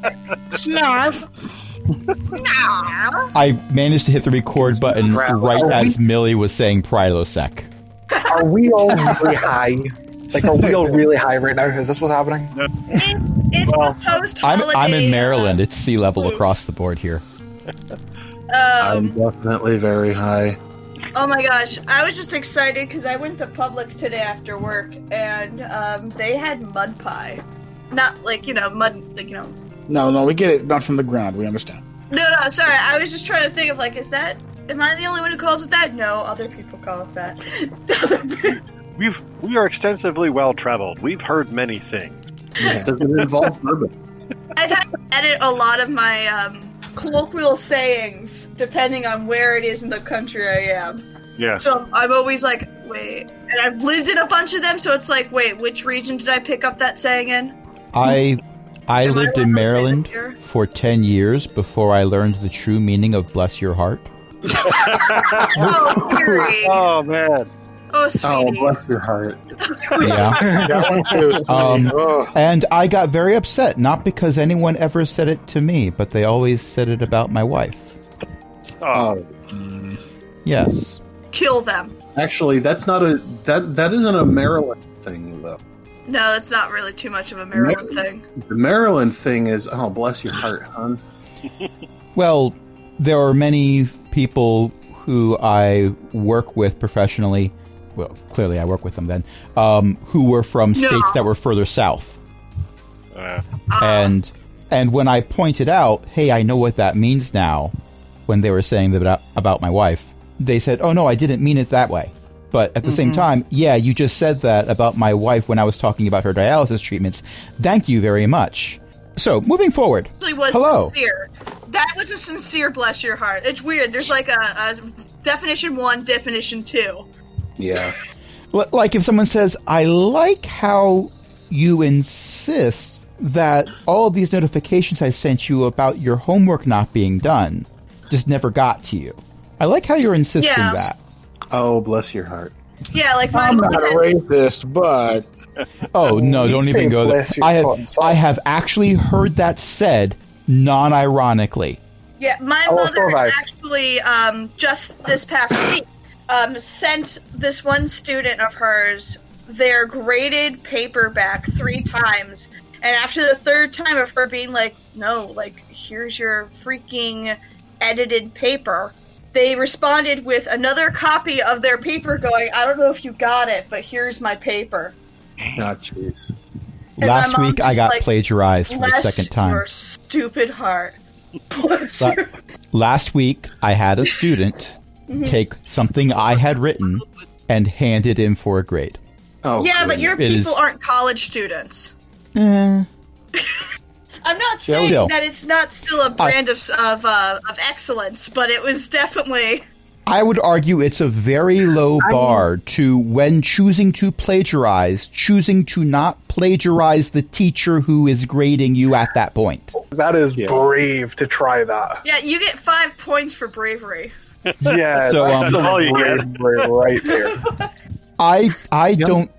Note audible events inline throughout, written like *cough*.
*laughs* Snarf. I managed to hit the record button Bravo. right Are as Millie was saying Prilosec. Are we all really high? Like, are we all really high right now? Is this what's happening? It, it's Well, the post I'm, holiday. uh, I'm in Maryland. It's sea level across the board here. Um, I'm definitely very high. Oh my gosh, I was just excited because I went to Publix today after work and um, they had mud pie. Not like, you know, mud, like, you know. No, no, we get it. Not from the ground. We understand. No, no, sorry. I was just trying to think of, like, is that. Am I the only one who calls it that? No, other people call it that. We've we are extensively well traveled. We've heard many things. Yeah. *laughs* Does it involve bourbon? *laughs* I've had to edit a lot of my um, colloquial sayings depending on where it is in the country I am. Yeah. So I'm always like, wait. And I've lived in a bunch of them, so it's like, wait, which region did I pick up that saying in? I I Am I lived allowed to say in that Maryland here? for 10 years before I learned the true meaning of bless your *laughs* heart. Oh, Gary. *laughs* Oh man. Oh, Oh, sweetie. bless your heart. Yeah. That one too. is funny. Um, Ugh. And I got very upset, not because anyone ever said it to me, but they always said it about my wife. Oh, Oh. Mm. Yes. *laughs* Kill them. Actually, that's not a that that isn't a Maryland thing though. No, that's not really too much of a Maryland thing. The Maryland thing is oh bless your heart, hon. Well, there are many people who I work with professionally. Well, clearly I work with them then, um, who were from No. states that were further south. Uh, Ah, and and when I pointed out, hey, I know what that means now, when they were saying that about, about my wife, they said, oh no, I didn't mean it that way. But at the same Mm-hmm. time, yeah, you just said that about my wife when I was talking about her dialysis treatments. Thank you very much. So moving forward, actually was hello. sincere. That was a sincere bless your heart. It's weird. There's like a, a definition one, definition two. Yeah. L- like if someone says, I like how you insist that all these notifications I sent you about your homework not being done just never got to you. I like how you're insisting Yeah. that. Oh bless your heart. Yeah, like I'm mine. not a racist, but Oh no! Don't say even go there. bless your I have cotton socks. I have actually heard that said non-ironically. Yeah, my I will mother survive. actually um, just *coughs* this past week um, sent this one student of hers their graded paper back three times, and after the third time of her being like, "No, like here's your freaking edited paper." They responded with another copy of their paper going, I don't know if you got it, but here's my paper. Ah, jeez. And my Last mom week I just, got like, plagiarized for the Bless second time. Your stupid heart. *laughs* Bless That- *laughs* your- Last week I had a *laughs* student Mm-hmm. take something I had written and hand it in for a grade. Oh yeah, but great. your It people is- aren't college students. Eh, I'm not Still. saying Still. that it's not still a brand of of, uh, of excellence, but it was definitely I would argue it's a very low bar to when choosing to plagiarize, choosing to not plagiarize the teacher who is grading you at that point. That is Yeah. brave to try that. yeah. You get five points for bravery. Yeah, So, that's um, some all you brave bravery right *laughs* there. I I don't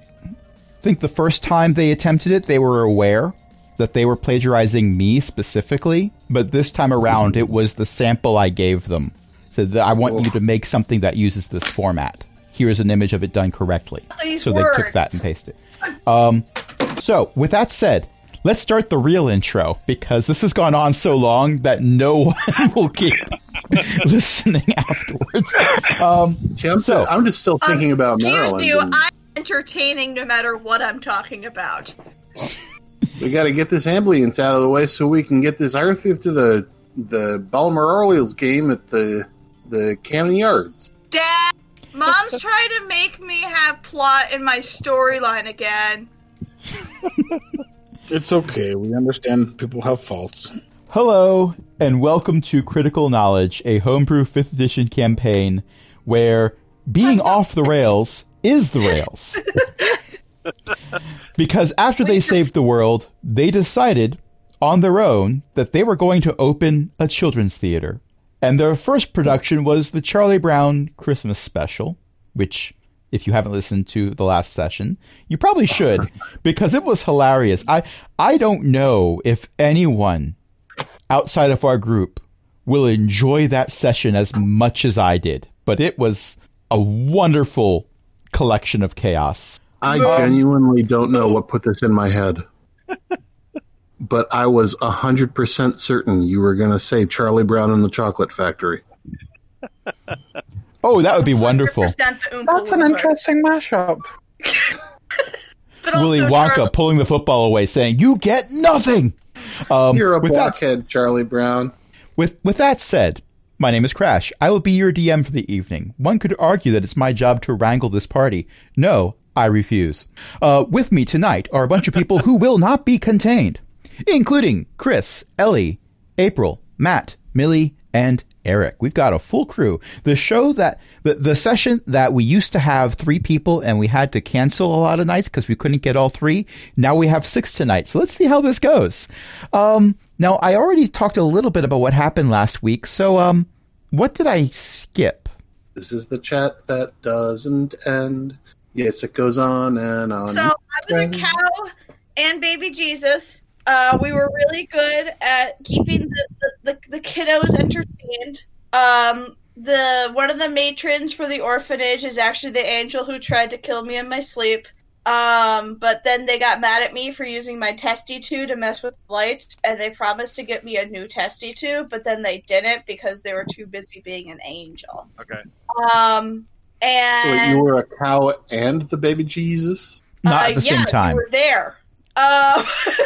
think the first time they attempted it, they were aware that they were plagiarizing me specifically. But this time around, it was the sample I gave them. So that I want you to make something that uses this format. Here is an image of it done correctly. These so they took words. that and pasted it. Um, so with that said. Let's start the real intro because this has gone on so long that no *laughs* one will keep listening afterwards. Um, See, I'm, So- I'm just still thinking about Excuse Maryland. um, you, and I'm entertaining no matter what I'm talking about. we got to get this ambulance out of the way so we can get this Arthur to the the Balmer Orioles game at the the Cannon Yards. Dad, mom's trying to make me have plot in my storyline again. it's okay. We understand people have faults. Hello, and welcome to Critical Knowledge, a homebrew 5th edition campaign where being off the rails is the rails. because after they saved the world, they decided on their own that they were going to open a children's theater. And their first production was the Charlie Brown Christmas special, which, if you haven't listened to the last session, you probably should because it was hilarious. I, I don't know if anyone outside of our group will enjoy that session as much as I did, but it was a wonderful collection of chaos. I genuinely don't know what put this in my *laughs* head. but I was 100% certain you were going to say Charlie Brown and the Chocolate Factory. Oh, that would be wonderful. 100% the Oompa That's an Loompa. interesting mashup. But Willy also Wonka Charlie- pulling the football away, saying, "You get nothing." Um, You're a with that blockhead, Charlie Brown. With with that said, my name is Crash. I will be your DM for the evening. One could argue that it's my job to wrangle this party. No, I refuse. Uh, with me tonight are a bunch of people who will not be contained, including Chris, Ellie, April, Matt, Millie, and Eric. We've got a full crew. The show that the, the session that we used to have three people and we had to cancel a lot of nights because we couldn't get all three. Now we have six tonight. So let's see how this goes. Um, now I already talked a little bit about what happened last week. So um, what did I skip? This is the chat that doesn't end. Yes, it goes on and on. So I was a cow and baby Jesus. Uh, we were really good at keeping the, the, the, the kiddos entertained. Um, the one of the matrons for the orphanage is actually the angel who tried to kill me in my sleep. Um, but then they got mad at me for using my testy two to mess with lights, and they promised to get me a new testy two, but then they didn't because they were too busy being an angel. Okay. Um, So and you were a cow and the baby Jesus? Not uh, at the yeah, same time. You were there. Um, *laughs*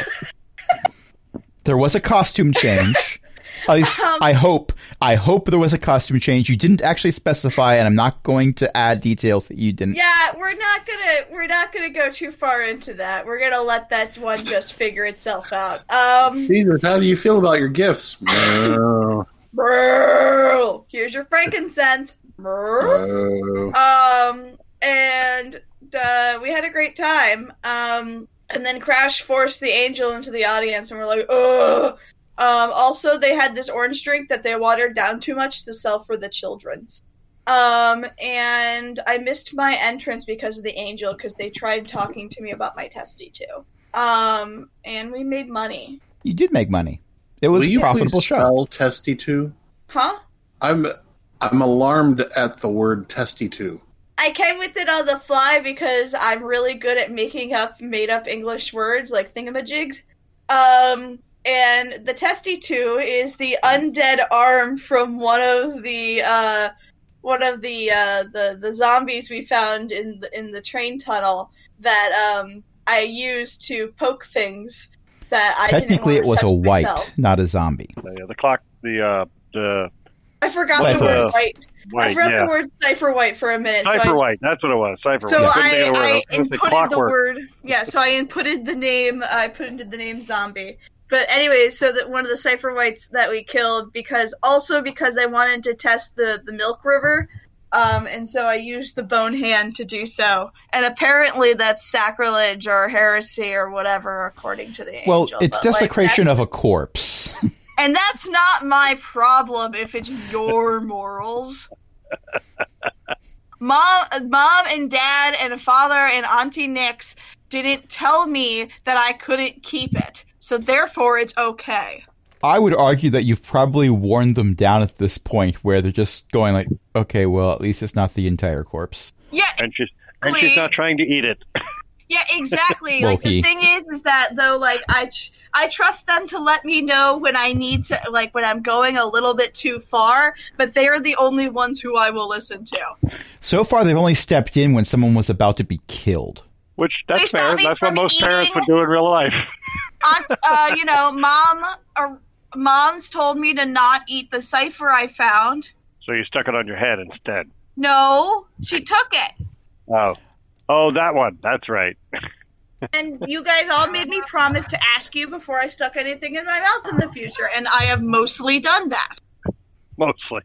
There was a costume *laughs* change. At least Um, I hope. I hope there was a costume change. You didn't actually specify, and I'm not going to add details that you didn't. Yeah, we're not gonna we're not gonna go too far into that. We're gonna let that one just figure itself out. Um, Jesus, how do you feel about your *laughs* gifts? Oh, brrrr, here's your frankincense. Brrrr. oh. Um, and uh, we had a great time. Um, and then Crash forced the angel into the audience, and we're like, ugh. Um, also, they had this orange drink that they watered down too much to sell for the children's. Um, and I missed my entrance because of the angel because they tried talking to me about my testy too. Um, and we made money, You did make money. It was Will a you profitable please show. spell testy two? huh? I'm I'm alarmed at the word testy two. I came with it on the fly because I'm really good at making up made up English words like thingamajigs. Um, and the testy two is the undead arm from one of the uh, one of the uh, the the zombies we found in the, in the train tunnel that um, I used to poke things that I didn't Technically, it want was to a touch white, myself. not a zombie. The, the clock. The uh, the I forgot Cipher the word white. white. I white. forgot the Yeah. word cipher white for a minute. so I Cipher white. That's what it was. Cipher So white. Couldn't think of the word. was I, I gonna say inputted the clockwork. word. Yeah, so I inputted the name. uh, I put into the name zombie. But anyway, so that one of the cipher whites that we killed because also because I wanted to test the the milk river, um, and so I used the bone hand to do so. And apparently that's sacrilege or heresy or whatever according to the Well, angel. it's But, like, desecration of that's- a corpse. and that's not my problem if it's *laughs* your morals. Mom, mom and dad and father and auntie Nix didn't tell me that I couldn't keep it. So therefore it's okay. I would argue that you've probably worn them down at this point, where they're just going like, "Okay, well, at least it's not the entire corpse." Yeah, And she's and she's not trying to eat it. yeah, exactly. Well, like he- the thing is is that though like I tr- I trust them to let me know when I need to like when I'm going a little bit too far, but they're the only ones who I will listen to. So far, they've only stepped in when someone was about to be killed. Which They that's stop fair. me That's what from most parents eating. would do in real life. *laughs* aunt, uh, you know, mom or moms told me to not eat the cipher I found. So you stuck it on your head instead. No, she took it. Oh, oh, that one. That's right. And you guys all made me promise to ask you before I stuck anything in my mouth in the future, and I have mostly done that. Mostly.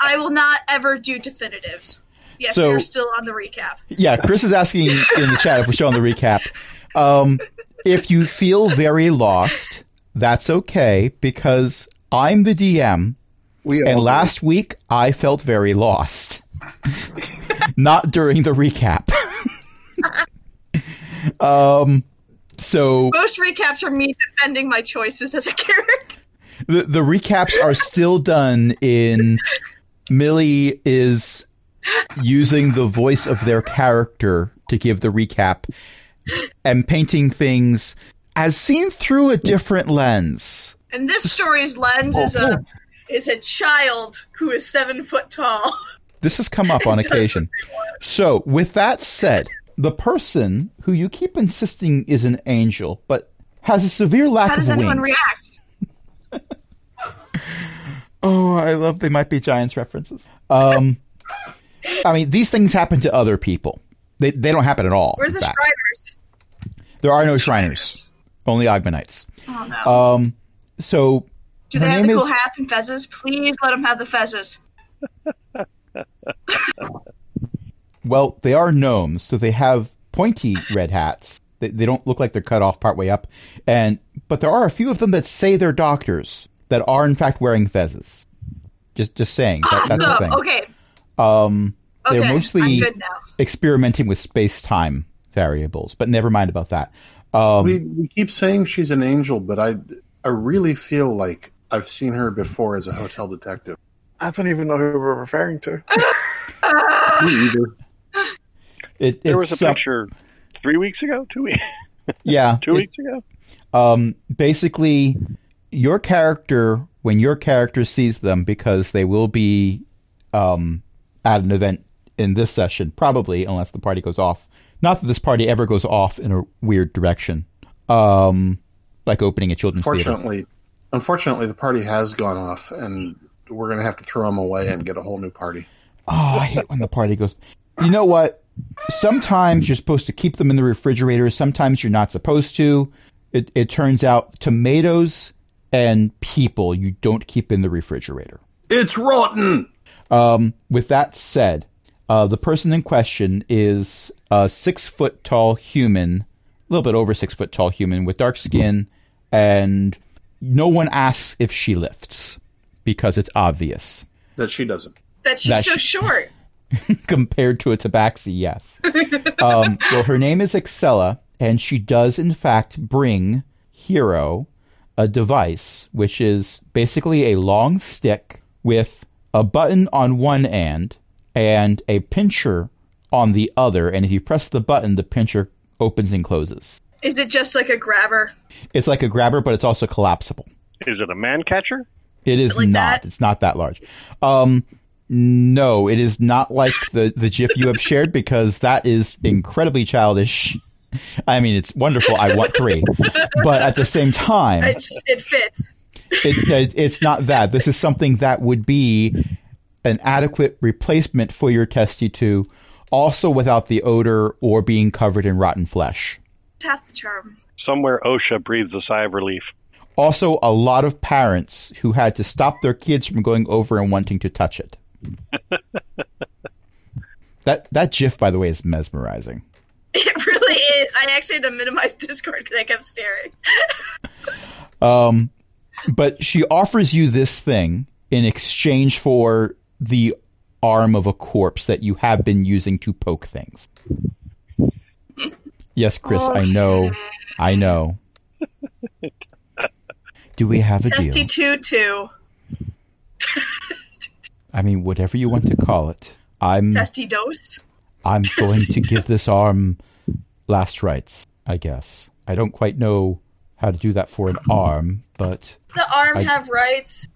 I will not ever do definitives. Yes, So- you're still on the recap. Yeah, Chris is asking in the chat if we're showing the recap. Um, if you feel very lost, that's okay because I'm the DM, We and all- last week I felt very lost. *laughs* Not during the recap. *laughs* um, so Most recaps are me defending my choices as a character. the, the recaps are still done in Millie is using the voice of their character to give the recap and painting things as seen through a different lens. And this story's lens is Oh, a is a child who is seven foot tall. This has come up on occasion. So, with that said, the person who you keep insisting is an angel, but has a severe lack How does of anyone wings. react? Oh, I love they might be Giants references. Um, I mean, these things happen to other people. They they don't happen at all. We're in the fact. Shriners. there are no Shriners, only Ogmanites. Oh no. Um, so Do they her have the name cool is- hats and fezzes? Please let them have the fezzes. well, they are gnomes, so they have pointy red hats. They, they don't look like they're cut off part way up, and but there are a few of them that say they're doctors that are in fact wearing fezzes. Just just saying that, that's the Awesome. thing. Okay. Um, Okay. They're mostly- I'm good now. experimenting with space time variables, but never mind about that. Um, we, we keep saying she's an angel, but I I really feel like I've seen her before as a hotel detective. I don't even know who we're referring to. Ah, Me either. It, There it's was a some- picture three weeks ago, two weeks, yeah. two it- weeks ago. Um, basically, your character, when your character sees them, because they will be um, at an event in this session, probably, unless the party goes off. Not that this party ever goes off in a weird direction, um, like opening a children's theater. Unfortunately, unfortunately, the party has gone off, and we're gonna have to throw them away and get a whole new party. Oh, I hate when the party goes. You know what? Sometimes you're supposed to keep them in the refrigerator. Sometimes you're not supposed to. It, it turns out tomatoes and people you don't keep in the refrigerator. It's rotten. Um, with that said, uh, the person in question is a six foot tall human, a little bit over six foot tall human with dark skin, and no one asks if she lifts because it's obvious. That she doesn't. that she's That so she- short. compared to a tabaxi, yes. um, well, her name is Excella, and she does, in fact, bring Hero a device, which is basically a long stick with a button on one end and a pincher on the other. And if you press the button, the pincher opens and closes. Is it just like a grabber? It's like a grabber, but it's also collapsible. Is it a man catcher? It is Like not. that? It's not that large. Um, no, it is not like the the GIF you have shared because that is incredibly childish. I mean, it's wonderful. I want three, but at the same time, *laughs* It, it fits. it, it, it's not that. This is something that would be an adequate replacement for your testy two, also without the odor or being covered in rotten flesh. It's half the charm. *laughs* Somewhere OSHA breathes a sigh of relief. Also, a lot of parents who had to stop their kids from going over and wanting to touch it. that that GIF, by the way, is mesmerizing. It really is. I actually had to minimize *laughs* Discord because I kept staring. Um, but she offers you this thing in exchange for the arm of a corpse that you have been using to poke things. Yes, Chris, I know, I know. Do we have a Testy deal? two two. I mean, whatever you want to call it. I'm Testy dose. *laughs* I'm going to give this arm last rites, I guess. I don't quite know how to do that for an arm, but Does the arm I- have rights?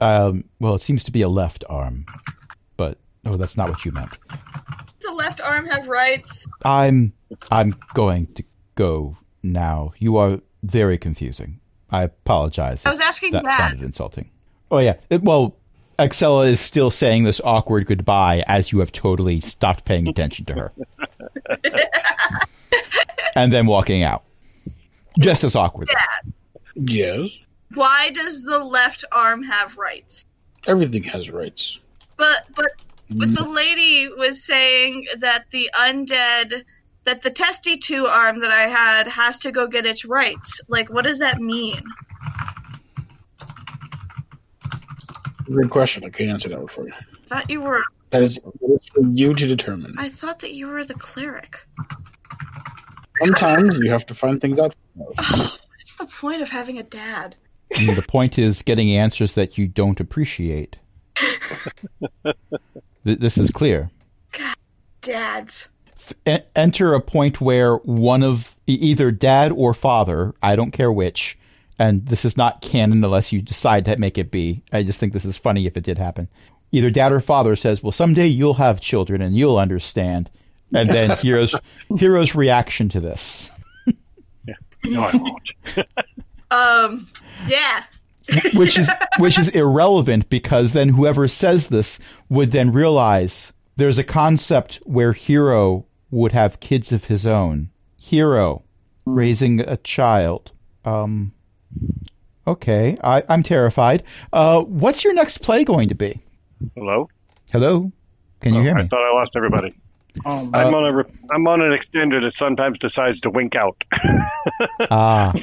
um, well, it seems to be a left arm. But oh, that's not what you meant. Does the left arm have rights? I'm I'm going to go now. You are very confusing. I apologize. I if was asking that that. sounded insulting. Oh yeah. It- well, Excella is still saying this awkward goodbye as you have totally stopped paying attention to her, and then walking out, just as awkward. Yes. Why does the left arm have rights? Everything has rights. But but but the lady was saying that the undead that the testy two arm that I had has to go get its rights. Like, what does that mean? Good question. I can't answer that one for you. I thought you were. That is, that is for you to determine. I thought that you were the cleric. Sometimes you have to find things out. for yourself. Oh, what's the point of having a dad? And the point is getting answers that you don't appreciate. Th- this is clear. Dads. E- enter a point where one of e- either dad or father, I don't care which, and this is not canon unless you decide to make it be. I just think this is funny if it did happen. Either dad or father says, "Well, someday you'll have children and you'll understand," and then hero's hero's reaction to this. No, I won't. Um. Yeah. which is which is irrelevant because then whoever says this would then realize there's a concept where hero would have kids of his own hero raising a child um okay I, i'm terrified uh what's your next play going to be Hello? hello can you hear I me *laughs* thought I lost everybody. Oh, Uh, I'm on a re- I'm on an extender that sometimes decides to wink out. ah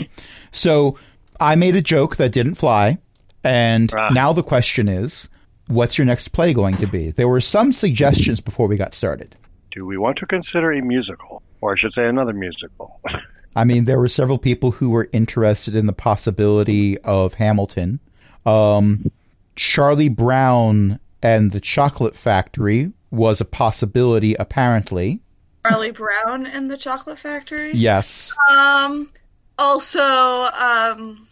so i made a joke that didn't fly and Ah. now the question is what's your next play going to be there were some suggestions before we got started Do we want to consider a musical, or I should say, another musical? *laughs* I mean, there were several people who were interested in the possibility of Hamilton. Um, Charlie Brown and the Chocolate Factory was a possibility, apparently. Charlie Brown and the Chocolate Factory. Yes. Um. Also, um.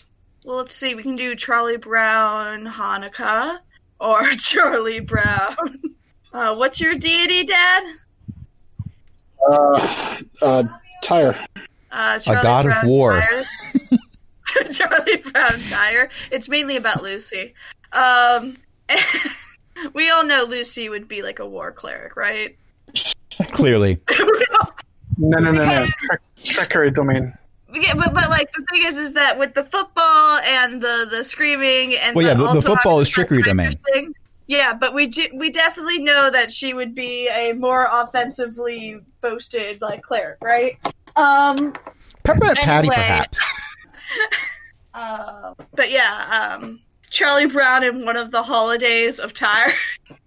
Well, let's see. We can do Charlie Brown Hanukkah or *laughs* Charlie Brown. Uh, what's your deity, Dad? uh, uh, tire. Uh, Charlie god of Brown war. Tires. *laughs* Charlie Brown Tire. It's mainly about Lucy. Um. *laughs* we all know Lucy would be like a war cleric, right? *laughs* Clearly. No, no, no, no. Trec- Treachery domain. Yeah, but but like the thing is, is that with the football and the the screaming and Well, yeah, the- the also football having is that trickery kind of domain. thing. Yeah, but we do we definitely know that she would be a more offensively boasted like cleric, right? Um, Peppermint Patty, Anyway. perhaps. uh, but yeah, um, Charlie Brown in one of the holidays of Tyre. *laughs*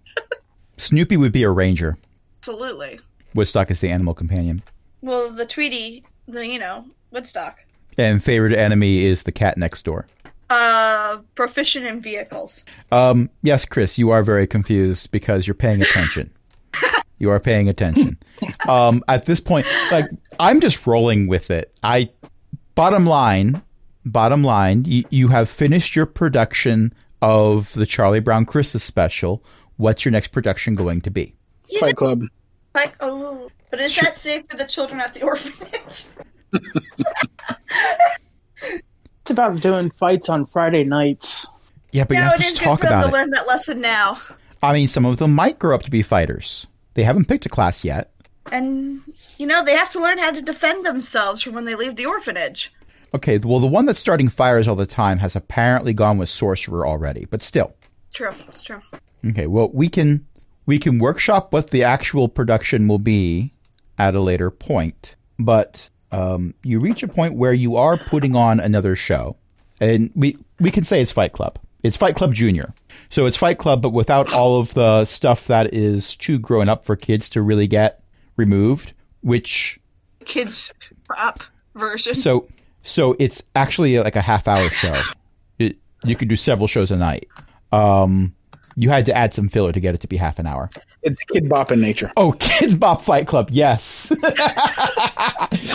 Snoopy would be a ranger. Absolutely. Woodstock is the animal companion. Well, the Tweety, the you know Woodstock, And favorite enemy is the cat next door. uh, proficient in vehicles. Um, yes, Chris, you are very confused because you're paying *laughs* attention. you are paying attention. Um, at this point, like I'm just rolling with it. I bottom line, bottom line, you, you have finished your production of the Charlie Brown Christmas special. What's your next production going to be? Fight Club. Like, oh, but is that safe for the children at the *laughs* orphanage? It's about doing fights on Friday nights. Yeah, but you no, have it to is just good for talk them to about it. learn that lesson now. I mean, some of them might grow up to be fighters. They haven't picked a class yet. And, you know, they have to learn how to defend themselves from when they leave the orphanage. Okay, well, the one that's starting fires all the time has apparently gone with sorcerer already, but still. True, it's true. Okay, well we can we can workshop what the actual production will be at a later point, but um, you reach a point where you are putting on another show, and we we can say it's Fight Club. It's Fight Club Junior, so it's Fight Club, but without all of the stuff that is too grown up for kids to really get removed. Which Kids prop version. so so it's actually like a half hour show. It, you could do several shows a night. Um, you had to add some filler to get it to be half an hour. It's Kid Bop in nature. Oh, *laughs* Kids Bop Fight Club, yes. *laughs*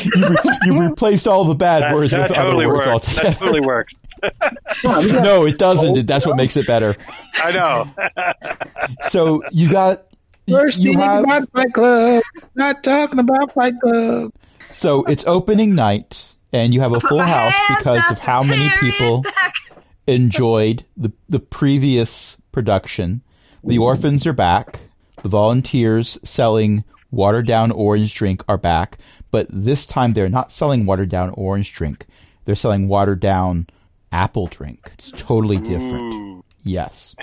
you, re- you replaced all the bad That, words that with totally other words works. *laughs* That altogether. totally works. no, it doesn't. That's what makes it better. *laughs* I know. So you got you, First you thing have about Fight Club. Not talking about Fight Club. so it's opening night and you have a full My house hands because up, of how many period, people back. enjoyed the the previous production. The orphans are back. The volunteers selling watered down orange drink are back, but this time they're not selling watered down orange drink. They're selling watered down apple drink. It's totally different. Ooh. Yes.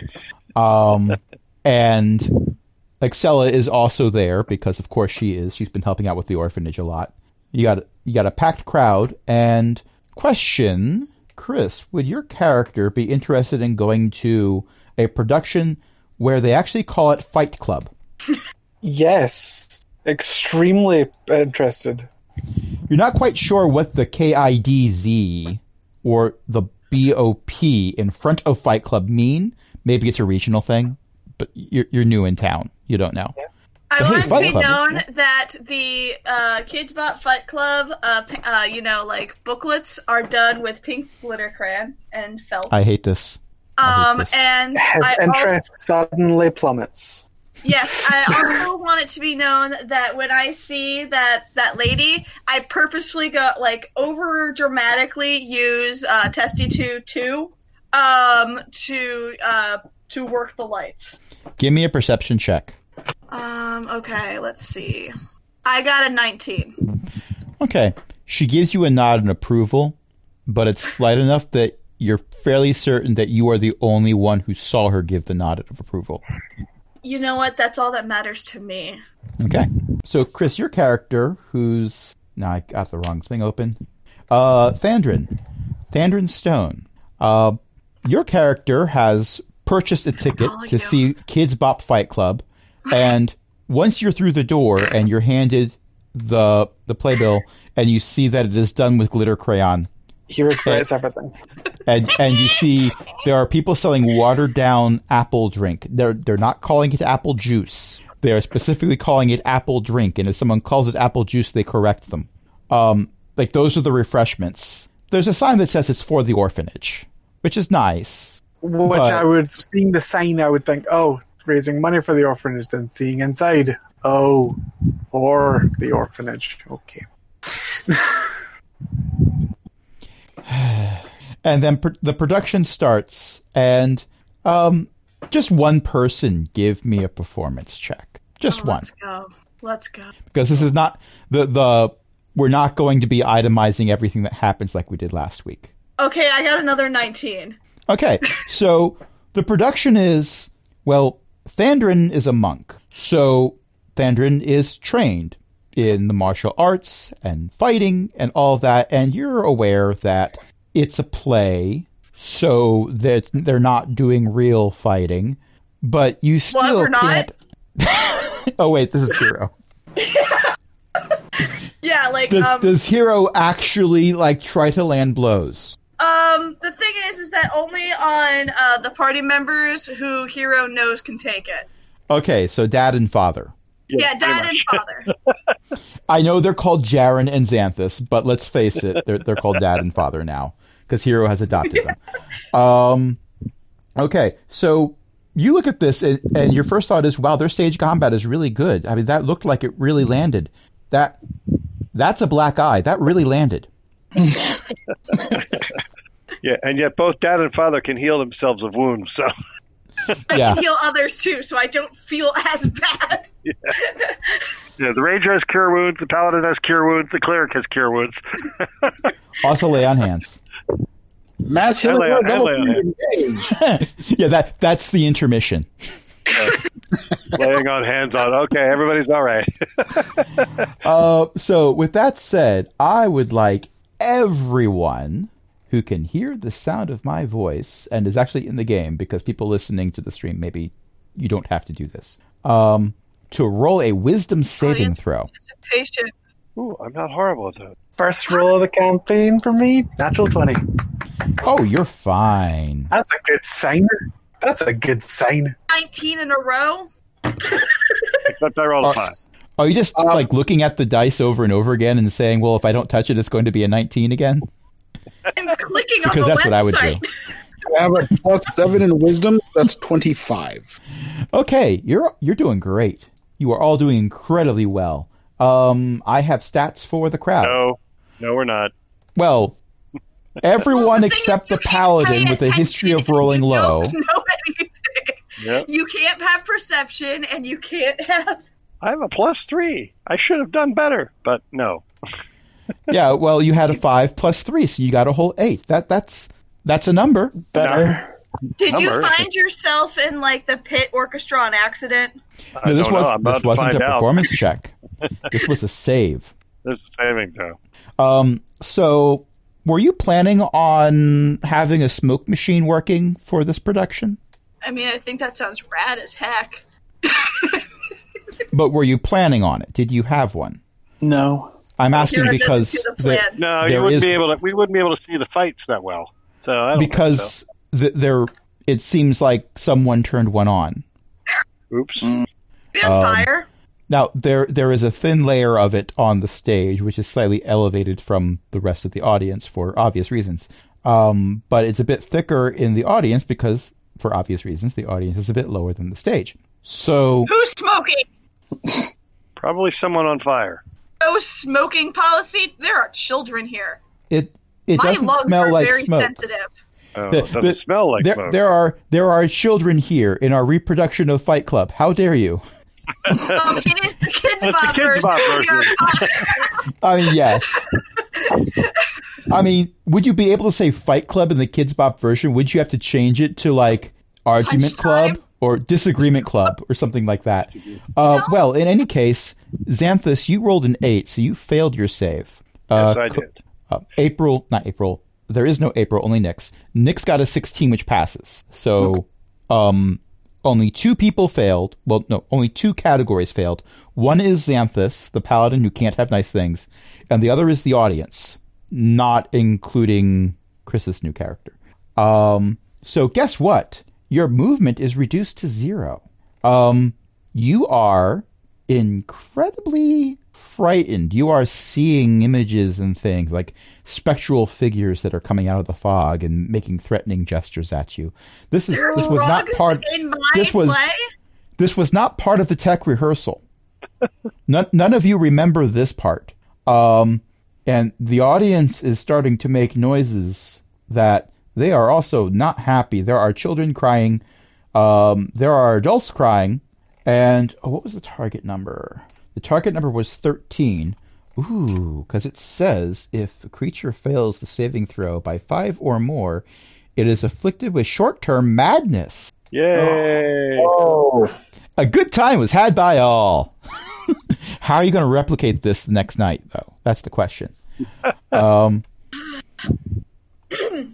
Um, and Like Sella is also there because, of course, she is. She's been helping out with the orphanage a lot. You got you got a packed crowd. And question, Chris, would your character be interested in going to a production where they actually call it Fight Club? Yes. Extremely interested. You're not quite sure what the KIDZ or the BOP in front of Fight Club mean. Maybe it's a regional thing, but you're, you're new in town. You don't know. I Hey, want it to Fight be Club. known that the uh, Kids Bot Fight Club, uh, p- uh, you know, like booklets are done with pink glitter crayon and felt. I hate this. I hate um, this. and His I also, interest suddenly plummets. yes, I also want it to be known that when I see that that lady, I purposefully go like over dramatically use uh, Testy Two Two um, to uh, to work the lights. Give me a perception check. Um, okay, let's see. I got a nineteen. Okay. She gives you a nod in approval, but it's slight enough that you're fairly certain that you are the only one who saw her give the nod of approval. You know what? That's all that matters to me. Okay. So, Chris, your character, who's. No, I got the wrong thing open. Uh, Thandrin. Thandrin Stone. Uh, your character has purchased a ticket Oh, to yeah. see Kids Bop Fight Club, and once you're through the door and you're handed the the playbill, and you see that it is done with glitter crayon, He regrets everything. and and you see there are people selling watered down apple drink. They're they're not calling it apple juice. They are specifically calling it apple drink. And if someone calls it apple juice, they correct them. Um, like those are the refreshments. There's a sign that says it's for the orphanage, which is nice. Which But- I would, seeing the sign, I would think, oh, raising money for the orphanage. Then seeing inside, oh, for the orphanage. Okay. And then pr- the production starts, and um, just one person give me a performance check. Just Oh, one. Let's go. Let's go. because this is not the the we're not going to be itemizing everything that happens like we did last week. Okay, I got another 19. Okay, so the production is well, Thandrin is a monk, so Thandrin is trained in the martial arts and fighting and all of that, and you're aware that it's a play, so that they're not doing real fighting, but you still we're not? can't. *laughs* oh wait, this is hero. Yeah, like Does, um does Hero actually like try to land blows? um the thing is is that only on uh the party members who hero knows can take it. Okay, so dad and father. Yeah, pretty dad and *laughs* father. I know they're called Jaren and Xanthus, but let's face it, they're they're called dad and father now because Hero has adopted them. Um, okay, so you look at this and, and your first thought is, "Wow, their stage combat is really good." I mean, that looked like it really landed. That that's a black eye. That really landed. Yeah, and yet both dad and father can heal themselves of wounds. So *laughs* I Yeah. can heal others too, so I don't feel *laughs* as bad. yeah, the ranger has cure wounds, the paladin has cure wounds, the cleric has cure *laughs* wounds. Also, lay on hands. *laughs* Mass healing Hello, word, level hello. three, engage. yeah, that that's the intermission. Laying on hands on. Okay, everybody's all right. *laughs* Uh, so with that said, I would like everyone who can hear the sound of my voice and is actually in the game because people listening to the stream maybe you don't have to do this. Um, to roll a wisdom saving throw. Anticipation. Ooh, I'm not horrible at that. First roll of the campaign for me, natural 20. Oh, you're fine. That's a good sign. That's a good sign. 19 in a row. Except I Uh, rolled a five. Are you just like looking at the dice over and over again and saying, "Well, if I don't touch it, it's going to be a 19 again"? I'm clicking on Because the that's website. what I would do. I have a plus seven in wisdom. That's twenty-five. Okay, you're you're doing great. You are all doing incredibly well. Um, I have stats for the crowd. No, no, we're not. Well, everyone Well, the thing except is, the you can't paladin pay with a history attention of rolling if you low. *laughs* Don't know anything. Yep. You can't have perception and you can't have I have a plus three. I should have done better, but no. Yeah, well, you had a five plus three, so you got a whole eight. That that's that's a number. Better. Did you Number. find yourself in like the pit orchestra on accident? I No, this don't know. was I'm about this to wasn't find a out. performance *laughs* check. This was a save. This is saving throw. Um, so, were you planning on having a smoke machine working for this production? I mean, I think that sounds rad as heck. But were you planning on it? Did you have one? No. I'm asking You're just because to the- the plans. No, There you wouldn't is- be able to. We wouldn't be able to see the fights that well. So I don't think because th- there it seems like someone turned one on. so. Oops. Be on um, fire. Now there there is a thin layer of it on the stage, which is slightly elevated from the rest of the audience for obvious reasons. Um, but it's a bit thicker in the audience because, for obvious reasons, the audience is a bit lower than the stage. So Who's smoking? Probably someone on fire. No smoking policy. There are children here. it it My doesn't lungs smell are like very smoke. sensitive. Oh, The- it doesn't the- smell like there, smoke. there are there are children here in our reproduction of Fight Club. How dare you? Um, it is the *laughs* kids' That's the bop kids' version. bop We are version. fine. I mean, yes. I mean, would you be able to say Fight Club in the Kids Bop version? Would you have to change it to like Argument Punch time? Club or Disagreement Club or something like that? Uh, Well, in any case, Xanthus, you rolled an eight, so you failed your save. Uh, yes, I Cl- did. uh, April, not April. There is no April, only Nick's. Nick's got a 16, which passes. So, um, only two people failed. Well, no, only two categories failed. One is Xanthus, the paladin who can't have nice things, and the other is the audience, not including Chris's new character. Um, so guess what? Your movement is reduced to zero. Um, you are incredibly frightened. You are seeing images and things like spectral figures that are coming out of the fog and making threatening gestures at you. This is *laughs* this was not Frogs part in my this was- play? this was not part of the tech rehearsal. none, none of you remember this part. Um, and the audience is starting to make noises that they are also not happy. There are children crying. Um, there are adults crying. And oh, what was the target number? The target number was 13. Ooh, because it says if a creature fails the saving throw by five or more, it is afflicted with short term madness. Yay! Oh, A good time was had by all. *laughs* How are you going to replicate this next night, though? That's the question. Um, *clears throat*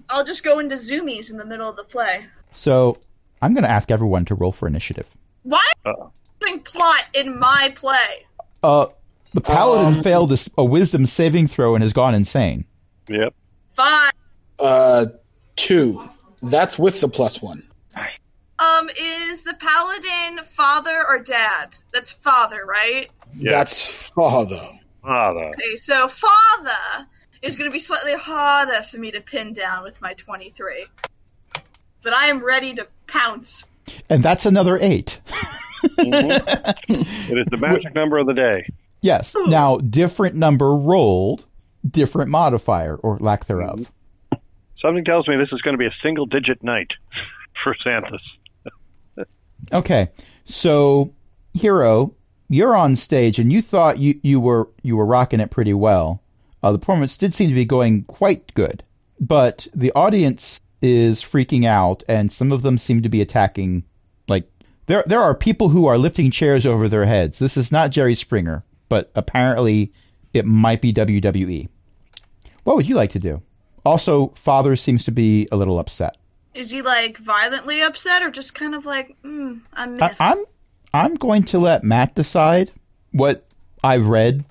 I'll just go into zoomies in the middle of the play. so I'm going to ask everyone to roll for initiative. Why is Uh-oh. there a plot in my play? Uh, the paladin failed a, s- a wisdom saving throw and has gone insane. Yep. Fine. Uh, two. That's with the plus one. Um, is the paladin father or dad? That's father, right? Yeah. That's father. Ah, though. Okay, so father is going to be slightly harder for me to pin down with my 23. But I am ready to pounce. And that's another eight. Mhm. it is the magic number of the day. Yes. Now, different number rolled, different modifier or lack thereof. Something tells me this is going to be a single digit night *laughs* for Santa's. Okay. So, Hero, you're on stage and you thought you, you were you were rocking it pretty well. Uh, the performance did seem to be going quite good, but the audience is freaking out and some of them seem to be attacking like there there are people who are lifting chairs over their heads. This is not Jerry Springer, but apparently it might be WWE. What would you like to do? Also, Father seems to be a little upset. Is he like violently upset or just kind of like, mm, I'm I, miffed? I'm I'm going to let Matt decide what I've read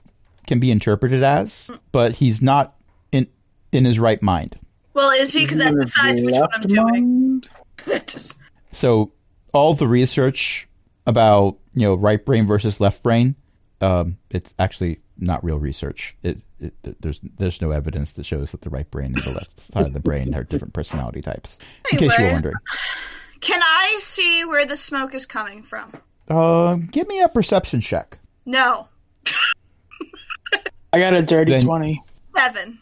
can be interpreted as, but he's not in in his right mind. Well, is he? Because that decides which one I'm doing. *laughs* That just- So all the research about you know right brain versus left brain, um, it's actually not real research. It, it, th- there's there's no evidence that shows that the right brain and the left side of the brain are different personality types. In case you were Anyway. wondering, Can I see where the smoke is coming from? um, give me a perception check. No. I got a dirty Then- 20. Seven.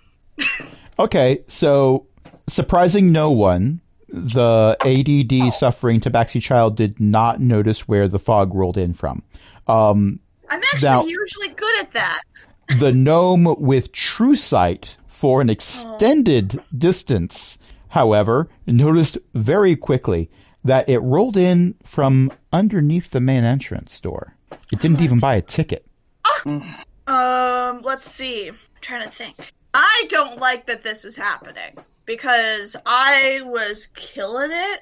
Okay, so surprising no one, the ADD suffering Tabaxi child did not notice where the fog rolled in from. Um, I'm actually Now- usually good at that. the gnome with true sight for an extended distance however, noticed very quickly that it rolled in from underneath the main entrance door. It didn't even buy a ticket. Um, let's see. I'm trying to think. I don't like that this is happening because I was killing it.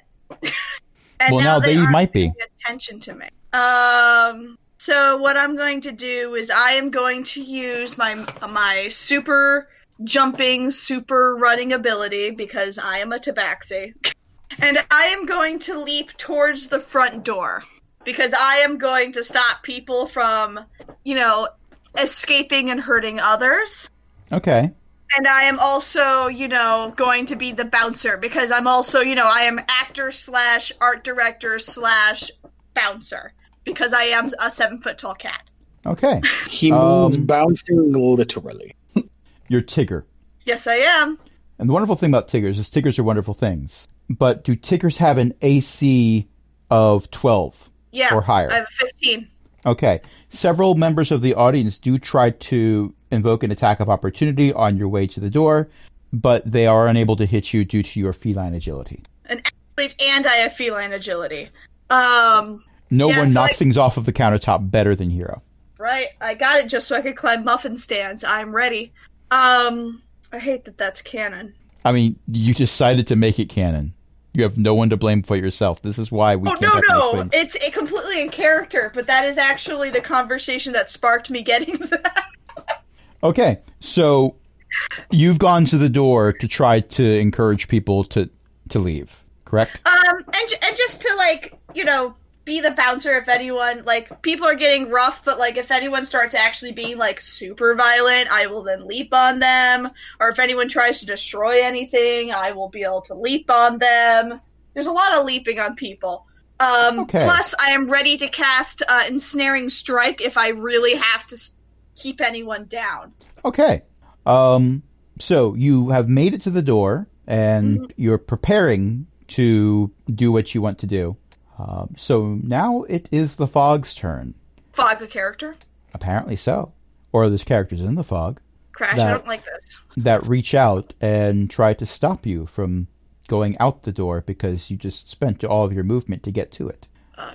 *laughs* and Well, now they aren't might be. paying attention to me. Um, so what I'm going to do is I am going to use my my super jumping, super running ability because I am a tabaxi. *laughs* and I am going to leap towards the front door because I am going to stop people from, you know, escaping and hurting others. Okay. And I am also, you know, going to be the bouncer because I'm also, you know, I am actor slash art director slash bouncer because I am a seven foot tall cat. Okay. He Um, means bouncing *laughs* literally. You're Tigger. Yes, I am. And the wonderful thing about Tiggers is Tiggers are wonderful things. But do Tiggers have an AC of 12? Yeah. Or higher. I have a 15. Okay. Several members of the audience do try to invoke an attack of opportunity on your way to the door, but they are unable to hit you due to your feline agility. An athlete and I have feline agility. Um, No Yeah, one so knocks I- things off of the countertop better than Hero. Right, I got it just so I could climb muffin stands. I'm ready. Um, I hate that that's canon. I mean, you decided to make it canon. You have no one to blame for yourself. This is why we oh can't no, have these no, things. it's it completely in character, but that is actually the conversation that sparked me getting *laughs* that. Okay, so you've gone to the door to try to encourage people to to leave, correct? Um, and ju- and just to like you know be the bouncer if anyone like people are getting rough, but like if anyone starts actually being like super violent, I will then leap on them. Or if anyone tries to destroy anything, I will be able to leap on them. There's a lot of leaping on people. Um, Okay. Plus, I am ready to cast uh, ensnaring strike if I really have to s- keep anyone down. Okay. Um, so you have made it to the door and you're preparing to do what you want to do. Um, so now it is the fog's turn. Fog a character. Apparently so. Or there's characters in the fog Crash. I That- don't like this. that reach out and try to stop you from going out the door because you just spent all of your movement to get to it. Uh.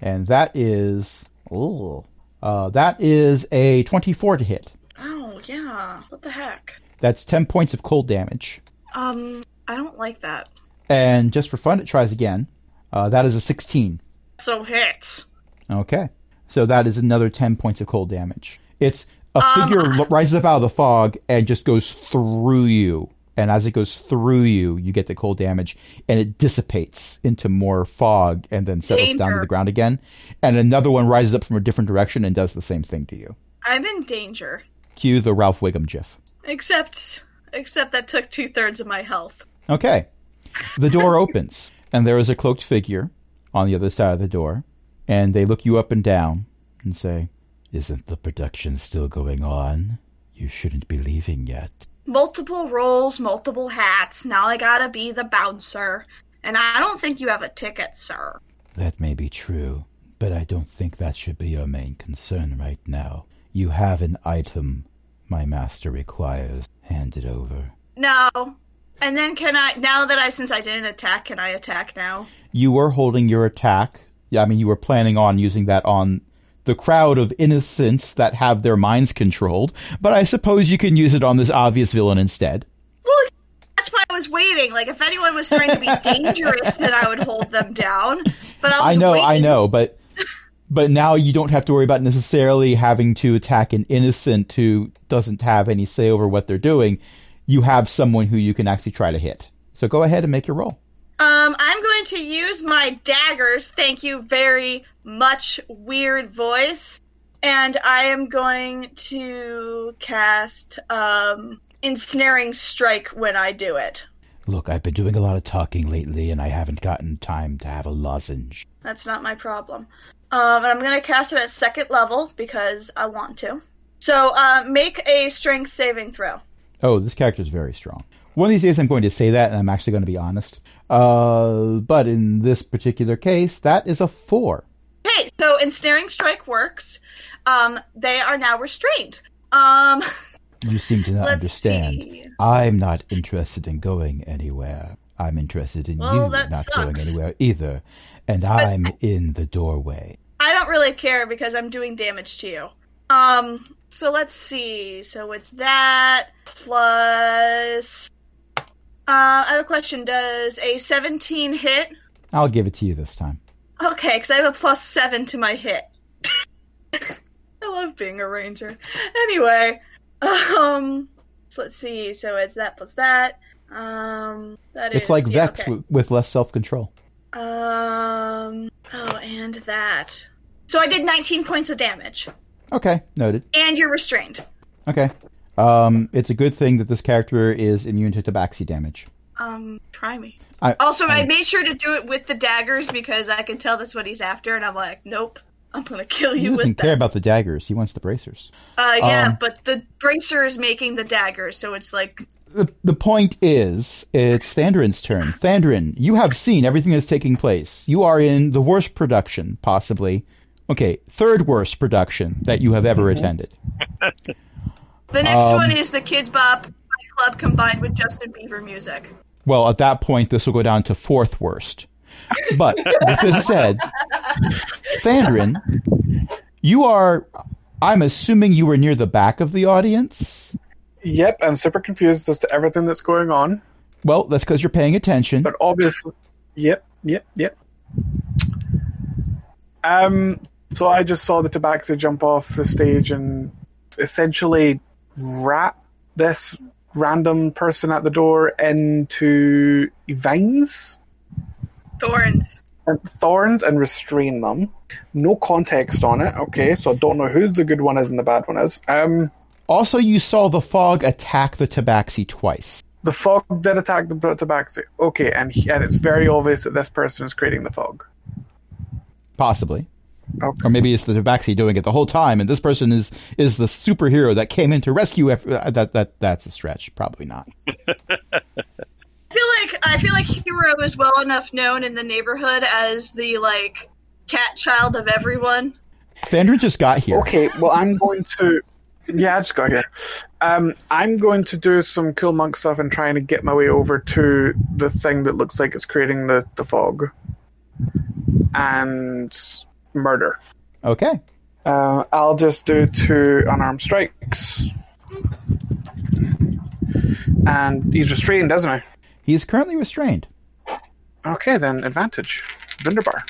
And that is. Ooh. Uh, that is a 24 to hit. Oh yeah. What the heck? That's 10 points of cold damage. Um, I don't like that. And just for fun, it tries again. Uh, that is a 16. So hits. Okay. So that is another 10 points of cold damage. It's a Um, figure lo- rises up out of the fog and just goes through you. And as it goes through you, you get the cold damage and it dissipates into more fog and then settles down to Danger. the ground again. And another one rises up from a different direction and does the same thing to you. I'm in danger. Cue the Ralph Wiggum gif. Except, except that took two thirds of my health. Okay. The door opens, and there is a cloaked figure on the other side of the door, and they look you up and down and say, Isn't the production still going on? You shouldn't be leaving yet. Multiple roles, multiple hats. Now I gotta be the bouncer. And I don't think you have a ticket, sir. That may be true, but I don't think that should be your main concern right now. You have an item my master requires. Hand it over. No. And then can I? Now that I, since I didn't attack, can I attack now? you were holding your attack. Yeah, I mean, you were planning on using that on the crowd of innocents that have their minds controlled, but I suppose you can use it on this obvious villain instead. Well, that's why I was waiting. Like, if anyone was *laughs* trying to be dangerous, then I would hold them down. But I I was know, waiting. I know, but but now you don't have to worry about necessarily having to attack an innocent who doesn't have any say over what they're doing. You have someone who you can actually try to hit. So go ahead and make your roll. Um, I'm going to use my daggers. Thank you very much, weird voice. And I am going to cast um, ensnaring strike when I do it. Look, I've been doing a lot of talking lately, and I haven't gotten time to have a lozenge. That's not my problem. Um, and I'm going to cast it at second level because I want to. So uh, make a strength saving throw. Oh, this character is very strong. One of these days, I'm going to say that, and I'm actually going to be honest. Uh, but in this particular case, that is a four. Okay, so ensnaring strike works. Um, *laughs* they are now restrained. Um, You seem to not Let's understand. see. I'm not interested in going anywhere. I'm interested in Well, you that not going sucks. anywhere either. And I'm in the doorway. I don't really care because I'm doing damage to you. Um, so let's see. So it's that plus. Uh, I have a question. Does a 17 hit? I'll give it to you this time. Okay, because I have a plus seven to my hit. *laughs* I love being a ranger. Anyway, um, so let's see. So it's that plus that. Um, that It's is- like yeah, Vex okay. with, with less self control. Um. Oh, and that. So I did 19 points of damage, Okay, noted. and you're restrained. Okay. Um, it's a good thing that this character is immune to tabaxi damage. Um, try me. I- also, I I- made sure to do it with the daggers because I can tell that's what he's after, and I'm like, nope, I'm gonna kill He you doesn't with care that. about the daggers. He wants the bracers. uh, yeah, um, but the bracer is making the dagger, so it's like, The, the point is, it's Thandrin's turn. Thandrin, you have seen everything that's taking place. You are in the worst production, possibly. Okay, third worst production that you have ever attended. the next Um, one is the Kids Bop Fight Club combined with Justin Bieber music. Well, at that point, this will go down to fourth worst. But with this said, Fandrin, you are, I'm assuming you were near the back of the audience. Yep, I'm super confused as to everything that's going on. Well, that's because you're paying attention. But obviously, yep, yep, yep. Um, so I just saw the Tabaxi jump off the stage and essentially wrap this random person at the door into vines Thorns. and thorns and restrain them. No context on it. Okay, so I don't know who the good one is and the bad one is. Um, Also, you saw the fog attack the tabaxi twice. the fog that attacked the Tabaxi. Okay, and he, and it's very obvious that this person is creating the fog. Possibly. Okay. Or maybe it's the tabaxi doing it the whole time, and this person is is the superhero that came in to rescue. ev- uh, that that that's a stretch. Probably not. I feel like I feel like Hero is well enough known in the neighborhood as the like cat child of everyone. Fandrin just got here. Okay, well, I'm going to. Yeah, I just got here. Um, I'm going to do some cool monk stuff and trying to get my way over to the thing that looks like it's creating the, the fog and murder. Okay. Uh, I'll just do two unarmed strikes. And he's restrained, isn't he? He is currently restrained. Okay, then advantage. Vinderbar.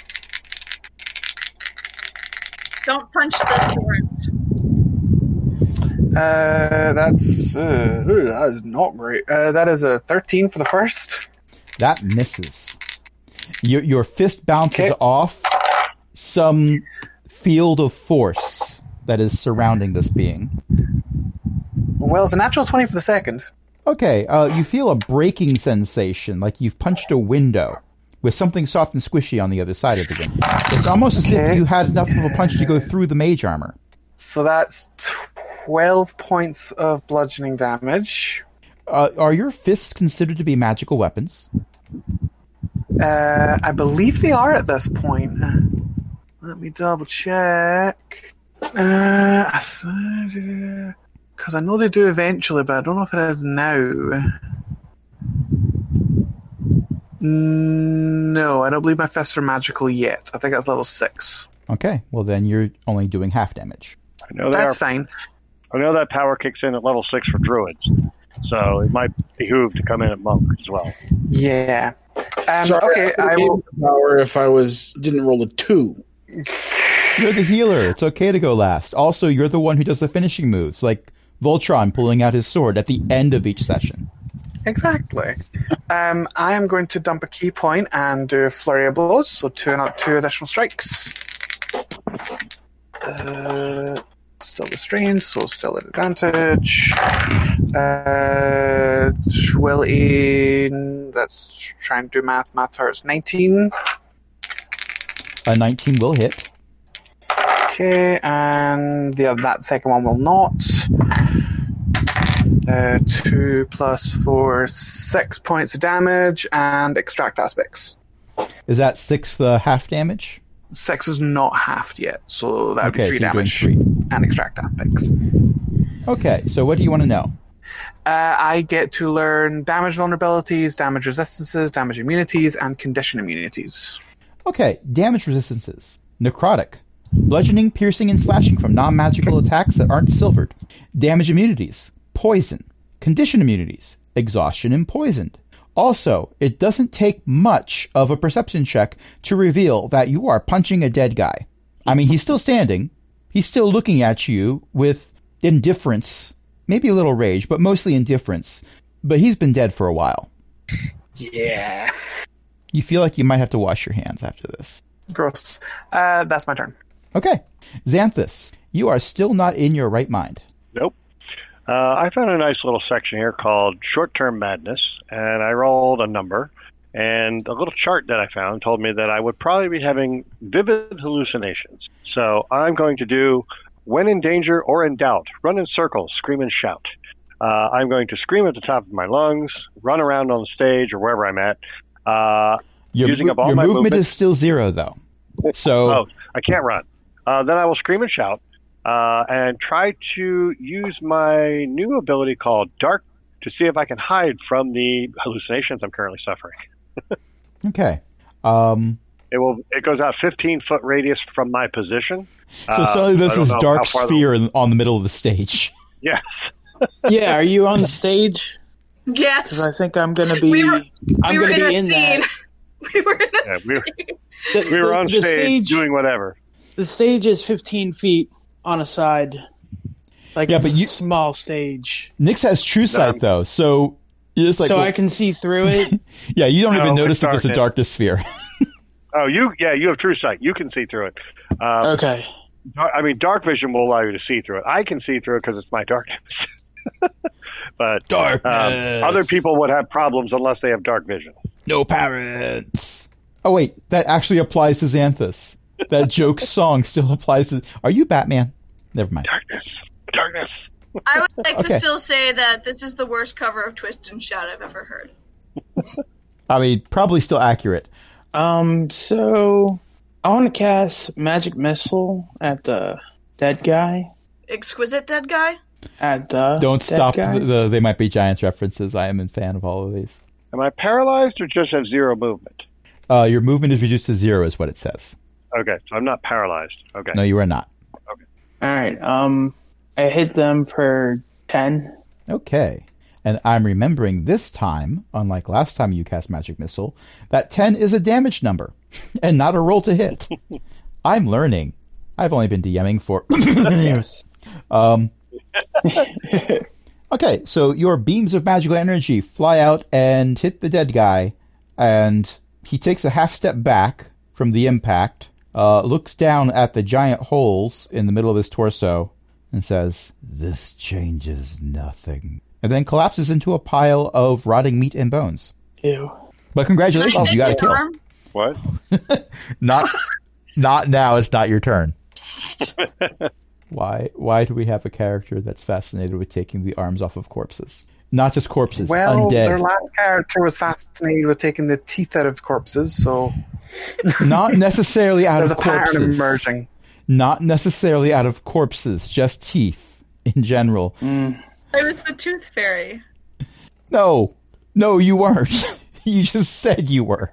Don't punch the thorns. Uh, that's uh, ooh, that is not great. Uh, that is a thirteen for the first. That misses. Your, your fist bounces Okay. off some field of force that is surrounding this being. Well, it's a natural twenty for the second. Okay, uh, you feel a breaking sensation, like you've punched a window with something soft and squishy on the other side of the window. It's almost as if Okay. you had enough of a punch to go through the mage armor. So that's 12 points of bludgeoning damage. Uh, are your fists considered to be magical weapons? Uh, I believe they are at this point. Let me double check. Uh, Because I know they do eventually, but I don't know if it is now. No, I don't believe my fists are magical yet. I think that's level 6. Okay, well then you're only doing half damage. I know they are That's fine. I know that power kicks in at level six for druids, so it might behoove to come in at monk as well. Yeah. Um, Sorry, okay, I, I will. power if I was didn't roll a two. You're the healer. It's okay to go last. Also, you're the one who does the finishing moves, like Voltron pulling out his sword at the end of each session. Exactly. Um, I am going to dump a key point and do a flurry of blows, so two and two additional strikes. Uh, still restrained, so still at advantage. Uh, will a let's try and do math. Math hurts. Nineteen. A 19 will hit. Okay, and the that second one will not. Uh, two plus four, six points of damage, and extract aspects. Is that six the half damage? Six is not halved yet, so that Okay, would be so you're three doing damage three. and extract aspects. Okay, so what do you want to know? Uh, I get to learn damage vulnerabilities, damage resistances, damage immunities, and condition immunities. Okay, damage resistances. Necrotic. Bludgeoning, piercing, and slashing from non magical attacks that aren't silvered. Damage immunities. Poison. Condition immunities. Exhaustion and poisoned. Also, it doesn't take much of a perception check to reveal that you are punching a dead guy. I mean, he's still standing, he's still looking at you with indifference, maybe a little rage, but mostly indifference. But he's been dead for a while. Yeah. You feel like you might have to wash your hands after this. Gross. Uh, that's my turn. Okay. Xanthus, you are still not in your right mind. Nope. Uh, I found a nice little section here called Short Term Madness, and I rolled a number. And a little chart that I found told me that I would probably be having vivid hallucinations. So I'm going to do when in danger or in doubt, run in circles, scream and shout. Uh, I'm going to scream at the top of my lungs, run around on stage or wherever I'm at, uh, Your, using mo- up all your my movement movement. is still zero, though. So, Oh, I can't run. Uh, then I will scream and shout uh, and try to use my new ability called Dark to see if I can hide from the hallucinations I'm currently suffering. Oh. okay. Um, It will. It goes out 15 foot radius from my position. so Uh, suddenly I there's don't this know how dark far the- sphere in, on the middle of the stage. *laughs* Yes. Yeah, are you on stage? Because Yes. I think I'm gonna be. We were- I'm we were gonna in be a in scene. *laughs* that. We were in a Yeah, we, scene. were, we were on the stage, doing whatever. The stage is 15 feet on a side. Like Yeah, it's but a you- small stage, Nix has true sight, though, so you're just like, so I can see through *laughs* it. yeah, you don't No, even it's notice that there's a darkness. darkness sphere. *laughs* Oh, you. Yeah, you have true sight. You can see through it. Oh. Uh, okay. dar- I mean, dark vision will allow you to see through it. I can see through it because it's my darkness. *laughs* but um, darkness. other people would have problems unless they have dark vision. No parents. Oh wait, that actually applies to Xanthus. That *laughs* joke song still applies to. Are you Batman? Never mind. Darkness. Darkness. I would *laughs* like Okay. to still say that this is the worst cover of Twist and Shout I've ever heard. I mean, probably still accurate. Um. So I want to cast magic missile at the dead guy. Exquisite Dead Guy? At the Don't dead stop guy. the, the "They Might Be Giants" references. I am a fan of all of these. Am I paralyzed or just have zero movement? Uh, your movement is reduced to zero, is what it says. Okay, so I'm not paralyzed. Okay. No, you are not. All right. Um. I hit them for 10. Okay. And I'm remembering this time, unlike last time you cast Magic Missile, that 10 is a damage number *laughs* and not a roll to hit. I'm learning. I've only been DMing for Yes. Um, *laughs* okay, so your beams of magical energy fly out and hit the dead guy, and he takes a half step back from the impact, uh, looks down at the giant holes in the middle of his torso, and says, This changes nothing. And then collapses into a pile of rotting meat and bones. Ew. But Can I congratulations, Oh, you take got a his kill. arm? What? Not, not now. It's not your turn. why? Why do we have a character that's fascinated with taking the arms off of corpses? Not just corpses, Well, their undead. last character was fascinated with taking the teeth out of corpses, so *laughs* Not necessarily out there's of a corpses. pattern emerging. Not necessarily out of corpses, just teeth in general. It was the Tooth Fairy. No, no, you weren't. *laughs* you just said you were.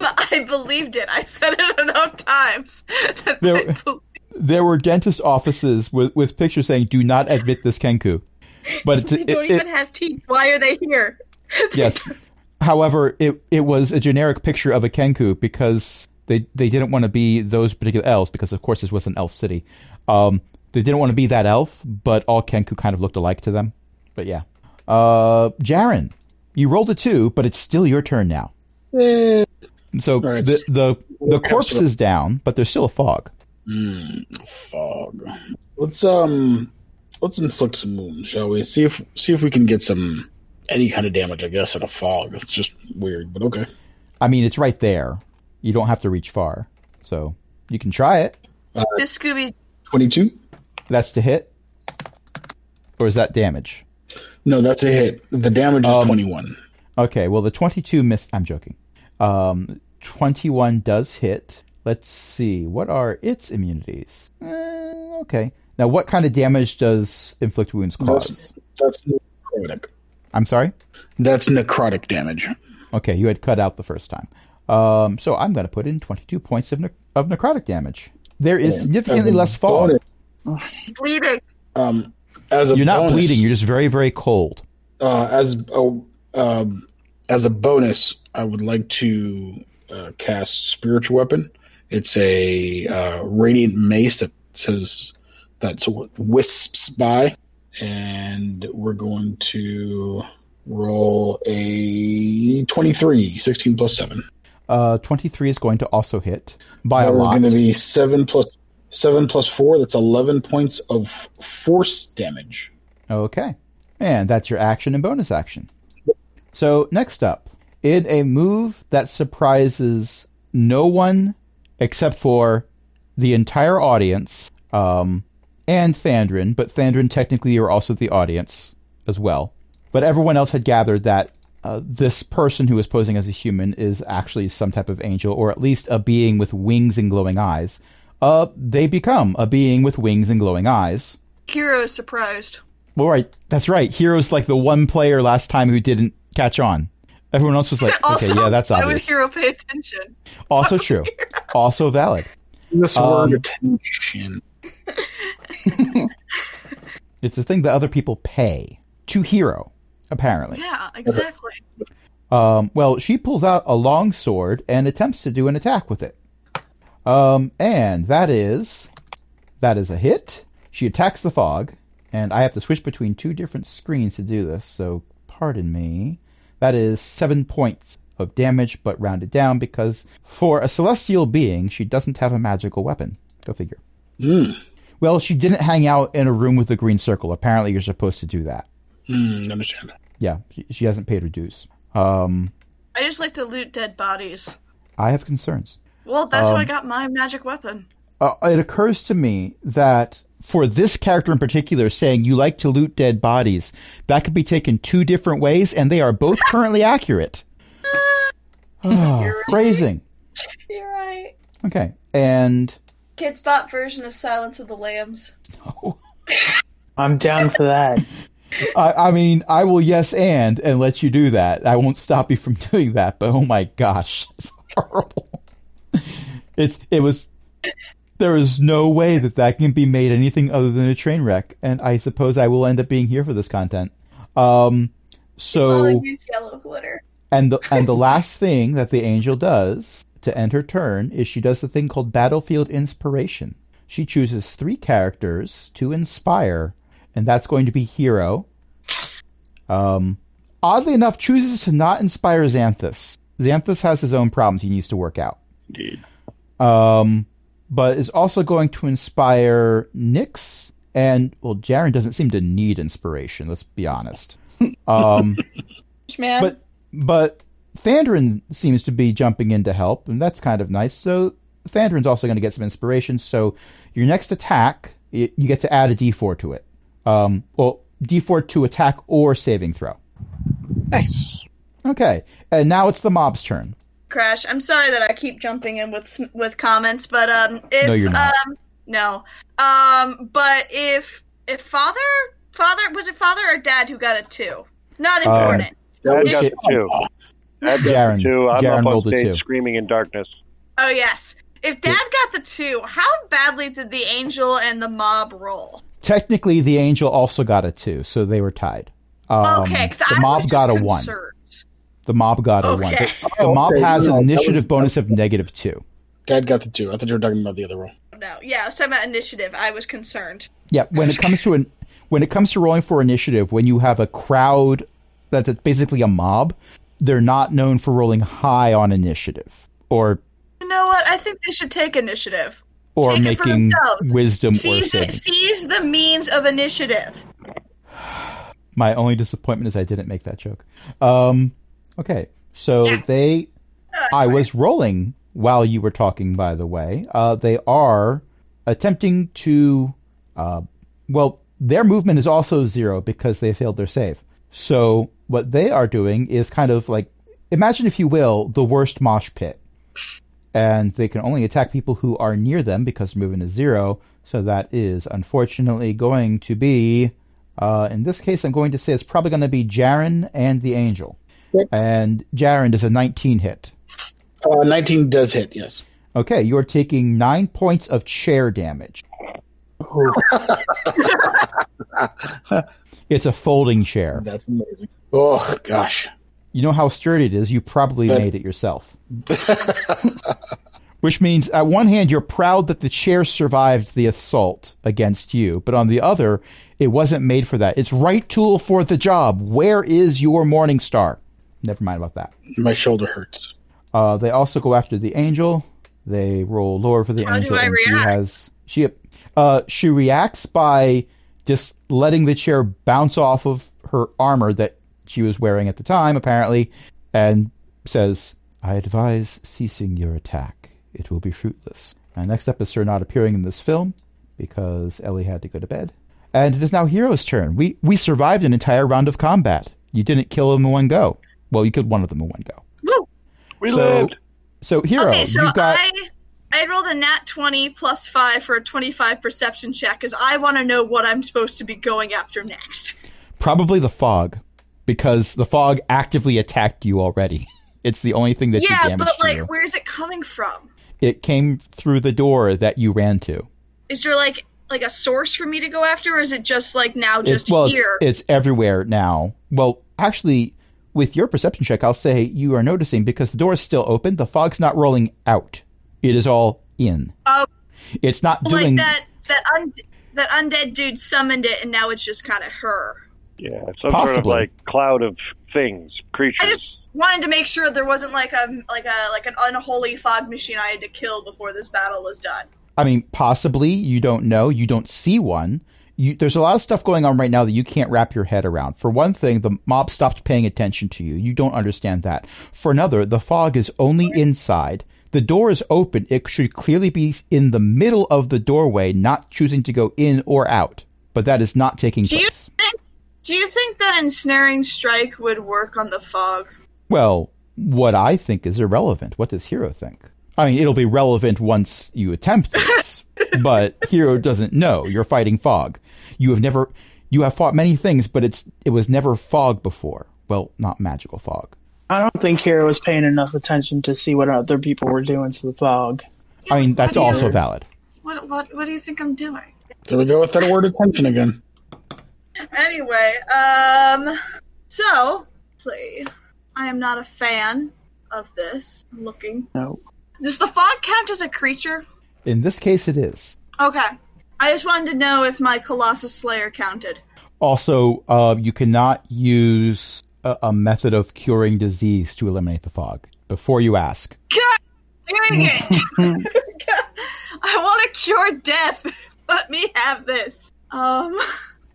But I believed it. I said it enough times *laughs* that There- I believed There were dentist offices with, with pictures saying "Do not admit this kenku," but it's, they it, *laughs* don't it, even have teeth. Why are they here? yes. However, it it was a generic picture of a Kenku because they they didn't want to be those particular elves because of course this was an elf city. Um, they didn't want to be that elf, but all Kenku kind of looked alike to them. But yeah, uh, Jaren, you rolled a two, but it's still your turn now. Eh. So All right. the the the We'll catch corpse up. is down, but there's still a fog. Mm, fog. Let's um, let's inflict some wounds, shall we? See if see if we can get some any kind of damage. I guess out of fog. It's just weird, but okay. I mean, it's right there. You don't have to reach far, so you can try it. This Scooby Twenty two. That's to hit, or is that damage? No, that's a hit. The damage is Um, twenty one. Okay, well, the 22 miss. I'm joking. Um, 21 does hit. Let's see. What are its immunities? Eh, okay. Now, what kind of damage does inflict wounds cause? That's, that's necrotic. I'm sorry. That's necrotic damage. Okay, you had cut out the first time. Um, so I'm going to put in 22 points of, ne- of necrotic damage. There is Yeah. significantly As a less fall. bonus- Bleeding. Um, as a You're not bonus- bleeding. You're just very, very cold. uh, as a um, as a bonus, I would like to uh, cast spiritual weapon. It's a uh, radiant mace that says that wisps by, and we're going to roll a 23 16 plus 7 Uh, 23 is going to also hit by that a was lot. going to be 7 plus 7 plus 4 that's 11 points of force damage Okay. And that's your action and bonus action. So, next up, in a move that surprises no one except for the entire audience um, and Thandrin, but Thandrin, technically, you're also the audience as well. But everyone else had gathered that uh, this person who is posing as a human is actually some type of angel, or at least a being with wings and glowing eyes. Uh, they become a being with wings and glowing eyes. Hero is surprised. Well, right. That's right. Hero's like the one player last time who didn't catch on. Everyone else was *laughs* like, also, okay, yeah, that's why would obvious. Hero pay attention? Also true. Also valid. this Um, word attention It's a thing that other people pay to Hero, apparently. Yeah, exactly. Um, well, she pulls out a long sword and attempts to do an attack with it. Um, and that is that is a hit. She attacks the fog, and I have to switch between two different screens to do this, so pardon me. That is seven points of damage, but rounded down because for a celestial being, she doesn't have a magical weapon. Go figure. Hmm. Well, she didn't hang out in a room with a green circle. Apparently, you're supposed to do that. Hmm, understand Yeah, she, she hasn't paid her dues. Um, I just like to loot dead bodies. I have concerns. Well, that's how I Um, got my magic weapon. uh, it occurs to me that for this character in particular, saying you like to loot dead bodies, that could be taken two different ways, and they are both currently accurate. Ah, You're right. phrasing. You're right. Okay. And Kids Bop version of Silence of the Lambs. I'm down for that. I, I mean, I will yes and and let you do that. I won't stop you from *laughs* doing that. But oh my gosh, *laughs* it's horrible. It's it was. There is no way that that can be made anything other than a train wreck, and I suppose I will end up being here for this content. Um, I'll so use yellow glitter. and the and the last thing that the angel does to end her turn is she does the thing called battlefield inspiration. She chooses three characters to inspire, and that's going to be hero, Yes. um, oddly enough, chooses to not inspire Xanthus. Xanthus has his own problems he needs to work out. Indeed. Um, but is also going to inspire Nyx. And, well, Jaren doesn't seem to need inspiration, let's be honest. Um, Man. but but Thandrin seems to be jumping in to help, and that's kind of nice. So Thandrin's also going to get some inspiration. So your next attack, y- you get to add a d4 to it. Um, well, d4 to attack or saving throw. nice Okay, and now it's the mob's turn. Crash. I'm sorry that I keep jumping in with s- with comments, but um, if No, you're not. um, no, um, but if if father father was it father or dad who got a two? Not Um, important. That was got it. two. That got Jaren. two. I'm Jaren up on rolled a stage two. screaming in darkness. oh yes. If dad got the two, how badly did the angel and the mob roll? Technically, the angel also got a two, so they were tied. Um, okay, because the I mob was got just a one. concerned. The mob got a one. Okay. The mob okay, has no, an that initiative was- bonus of negative two. dad got the two i thought you were talking about the other roll No, yeah, I was talking about initiative. I was concerned. Yeah, when it comes to an when it comes to rolling for initiative, when you have a crowd that- that's basically a mob, they're not known for rolling high on initiative or You know what? I think they should take initiative. or Take it for making themselves. wisdom or Seize saving. it. Seize the means of initiative. My only disappointment is I didn't make that joke. Um, okay, so Yeah. they. I was rolling while you were talking, by the way. Uh, they are attempting to. Uh, well, their movement is also zero because they failed their save. So what they are doing is kind of like imagine, if you will, the worst mosh pit. And they can only attack people who are near them because movement is zero. So that is unfortunately going to be, uh, in this case, I'm going to say it's probably going to be Jaren and the Angel. Yep. And Jaren is a 19 hit. Uh, 19 does hit, yes. Okay, you are taking nine points of chair damage. *laughs* it's a folding chair. That's amazing. Oh, gosh. You know how sturdy it is. You probably That- made it yourself. *laughs* Which means, at one hand, you're proud that the chair survived the assault against you, but on the other, it wasn't made for that. It's right tool for the job. Where is your morning star? Never mind about that. My shoulder hurts. Uh, they also go after the angel. They roll lower for the How do angel, I and she react? has she uh, she reacts by just letting the chair bounce off of her armor that she was wearing at the time, apparently, and says, "I advise ceasing your attack. It will be fruitless." And next up is Sir not appearing in this film because Ellie had to go to bed. And it is now Hero's turn. We we survived an entire round of combat. You didn't kill them in one go. Well, you killed one of them in one go. Woo! We So- lived. So, Hero, okay, so you've got I I had rolled a nat twenty plus five for a twenty five perception check because I want to know what I'm supposed to be going after next. probably the fog, because the fog actively attacked you already. *laughs* It's the only thing that you yeah, damaged but like, to you. where is it coming from? It came through the door that you ran to. Is there like like a source for me to go after, or is it just like now It's- just well, it's- here? It's, everywhere now. Well, actually, with your perception check, I'll say you are noticing because the door is still open. The fog's not rolling out. It is all in. Oh. it's not Well, doing. like that that un- that undead dude summoned it, and now it's just kind of her. Yeah, it's some sort of Possibly. like cloud of things, creatures. Wanted to make sure there wasn't like a like a like an unholy fog machine I had to kill before this battle was done. I mean, possibly you don't know. You don't see one. You, there's a lot of stuff going on right now that you can't wrap your head around. For one thing, the mob stopped paying attention to you. You don't understand that. For another, the fog is only inside. The door is open. It should clearly be in the middle of the doorway, not choosing to go in or out. But that is not taking Do you place. think? Do you think that ensnaring strike would work on the fog? Well, what I think is irrelevant. What does Hero think? I mean, it'll be relevant once you attempt this, but Hero doesn't know. You're fighting fog. You have never, you have fought many things, but it's it was never fog before. Well, not magical fog. I don't think Kira was paying enough attention to see what other people were doing to the fog. I mean, that's What do you- also valid. What what what do you think I'm doing? There we go with that word attention again. Anyway, um, so let's see, I am not a fan of this. I'm looking. No. Does the fog count as a creature? In this case, it is. Okay. I just wanted to know if my Colossus Slayer counted. Also, uh, you cannot use a, a method of curing disease to eliminate the fog. Before you ask, Dang it! *laughs* *laughs* I want to cure death. *laughs* Let me have this. Um,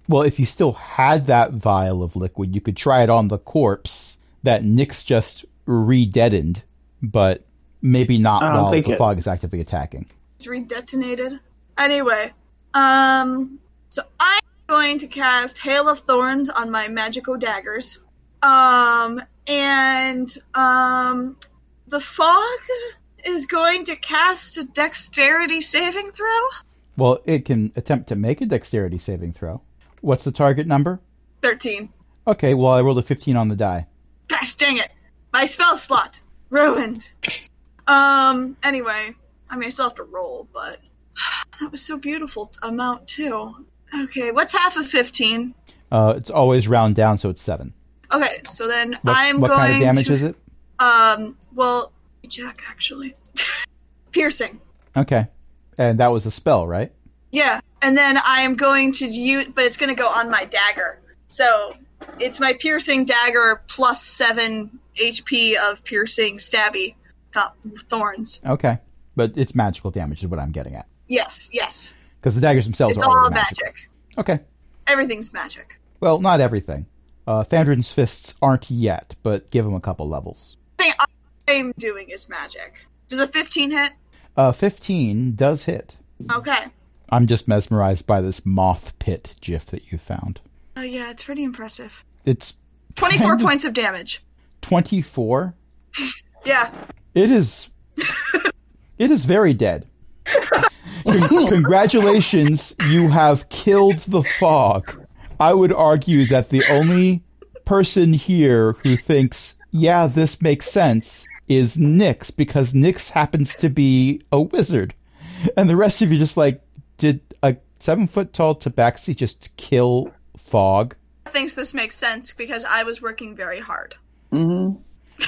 Well, if you still had that vial of liquid, you could try it on the corpse that Nick's just re-deadened, but maybe not I don't while think the it- fog is actively attacking. it's redetonated. Anyway, um, so I'm going to cast Hail of Thorns on my magical daggers. Um, and um, the fog is going to cast a dexterity saving throw. Well, it can attempt to make a dexterity saving throw. What's the target number? Thirteen. Okay, well, I rolled a 15 on the die. Gosh dang it! My spell slot ruined. Um. Anyway, I mean, I still have to roll, but *sighs* that was so beautiful t- amount too. Okay, what's half of fifteen? Uh, it's always round down, so it's 7. Okay, so then What, I'm what going kind of damage to is it? um. Well, Jack actually, *laughs* piercing. Okay. And that was a spell, right? Yeah, and then I am going to use, but it's going to go on my dagger. So it's my piercing dagger plus seven HP of piercing stabby th- thorns. Okay. But it's magical damage is what I'm getting at. Yes, yes. Because the daggers themselves It's are already all magical. magic. Okay. Everything's magic. Well, not everything. Uh, Thandrin's fists aren't yet, but give him a couple levels. Thing I am doing is magic. Does a 15 hit? Uh, 15 does hit. Okay. I'm just mesmerized by this moth pit gif that you found. Oh yeah, it's pretty impressive. It's 24 Kind of- points of damage. 24. Yeah. It is. it is very dead. Con- congratulations, you have killed the fog. I would argue that the only person here who thinks, yeah, this makes sense is Nix, because Nix happens to be a wizard. And the rest of you just like, did a seven foot tall tabaxi just kill fog? thinks this makes sense because I was working very hard. Mm-hmm.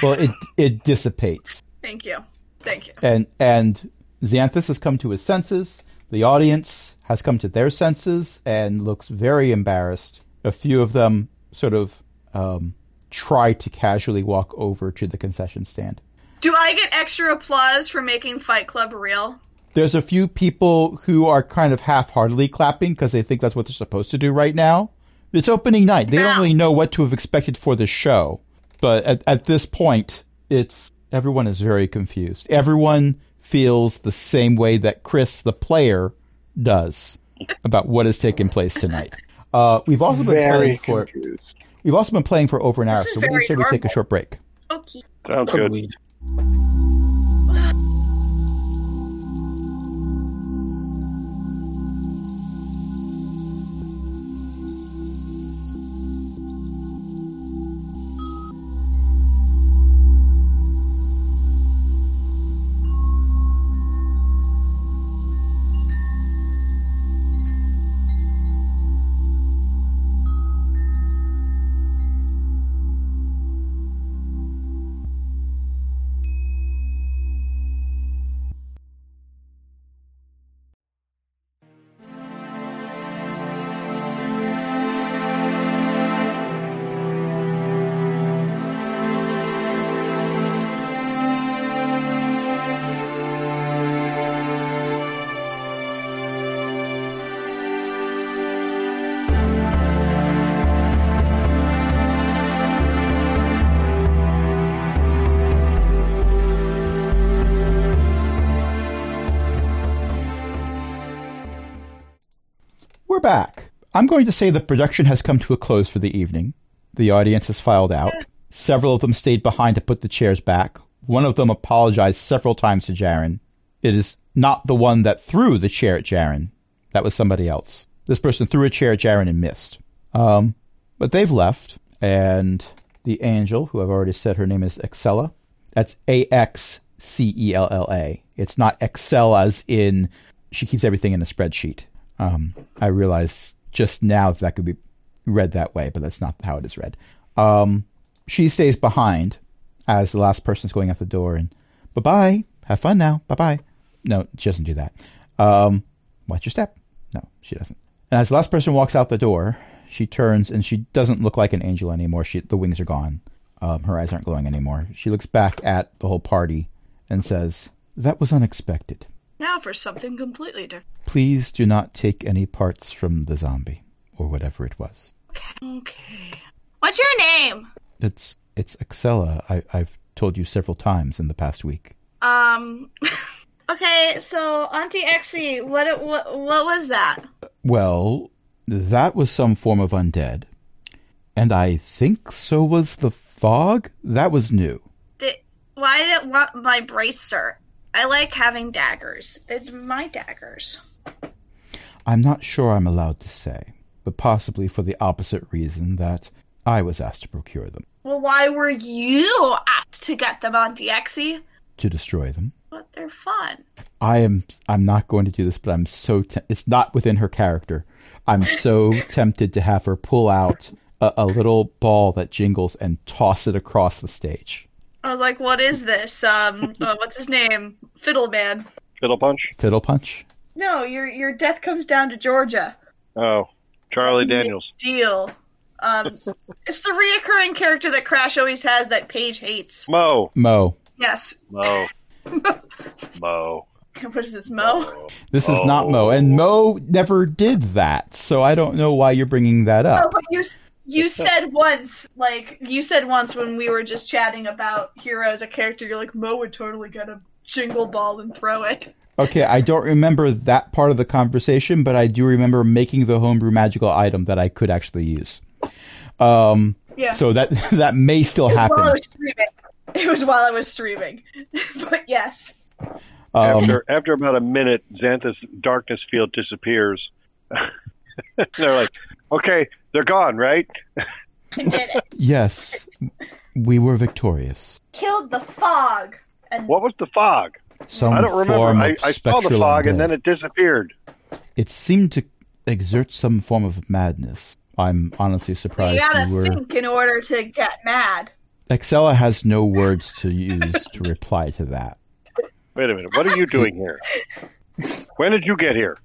Well, it, it dissipates. Thank you. Thank you. and and Xanthus has come to his senses. The audience has come to their senses and looks very embarrassed. A few of them sort of um, try to casually walk over to the concession stand. Do I get extra applause for making Fight Club real? There's a few people who are kind of half-heartedly clapping because they think that's what they're supposed to do right now. It's opening night. They don't really know what to have expected for the show. But at, at this point, it's everyone is very confused. Everyone feels the same way that Chris, the player, does about what has taken place tonight. Uh, we've also been Very playing for confused. we've also been playing for over an hour. is So we very should we take a normal. short break? Okay. Sounds good. We're back. I'm going to say the production has come to a close for the evening. The audience has filed out. Several of them stayed behind to put the chairs back. One of them apologized several times to Jaren. It is not the one that threw the chair at Jaren. That was somebody else. This person threw a chair at Jaren and missed. Um, but they've left, and the angel, who I've already said her name is Excella, that's A X C E L L A. It's not Excel as in she keeps everything in a spreadsheet. Um, I realized just now that, that could be read that way, but that's not how it is read. Um, she stays behind as the last person's going out the door and bye bye, have fun now, bye bye. No, she doesn't do that. Um, watch your step. No, she doesn't. And as the last person walks out the door, she turns and she doesn't look like an angel anymore. She the wings are gone. Um, her eyes aren't glowing anymore. She looks back at the whole party and says, "That was unexpected. Now for something completely different. Please do not take any parts from the zombie or whatever it was. Okay. What's your name? It's it's Excella. I, I've told you several times in the past week. Um. *laughs* okay, so Auntie Exie, what what what was that? Well, that was some form of undead, and I think so was the fog. That was new. Did why did it want my bracer? I like having daggers. They're my daggers. I'm not sure I'm allowed to say, but possibly for the opposite reason that I was asked to procure them, Well, why were you asked to get them, Auntie Exie? to destroy them. But they're fun. I am. I'm not going to do this, but I'm so. Te- it's not within her character. I'm so tempted to have her pull out a, a little ball that jingles and toss it across the stage. I was like, what is this? Um, uh, what's his name? Fiddleman. Fiddle punch. Fiddle punch. No, your your death comes down to Georgia. Oh, Charlie Daniels. Deal. Um, it's the reoccurring character that Crash always has that Paige hates. Mo. Mo. Yes. *laughs* Mo. Mo. What is this, Oh. Mo? This is not Mo, Oh. and Mo never did that. So I don't know why you're bringing that *laughs* Oh, up. but you s- you said once, like you said once when we were just chatting about Hero as a character, you're like Mo would totally get a jingle ball and throw it. Okay, I don't remember that part of the conversation, but I do remember making the homebrew magical item that I could actually use. Um, Yeah. so that *laughs* that may still it was while I happen. *laughs* was streaming. It was while I was streaming. but yes. Um, after after about a minute, Xanthus darkness field disappears. *laughs* they're like, okay, they're gone, right? We did it. yes, we were victorious. Killed the fog. And What was the fog? Some I don't form remember. I, of I saw the spectral fog and undead. then it disappeared. It seemed to exert some form of madness. I'm honestly surprised you gotta you were. think in order to get mad. Excella has no words to use to reply to that. Wait a minute. What are you doing *laughs* here? When did you get here?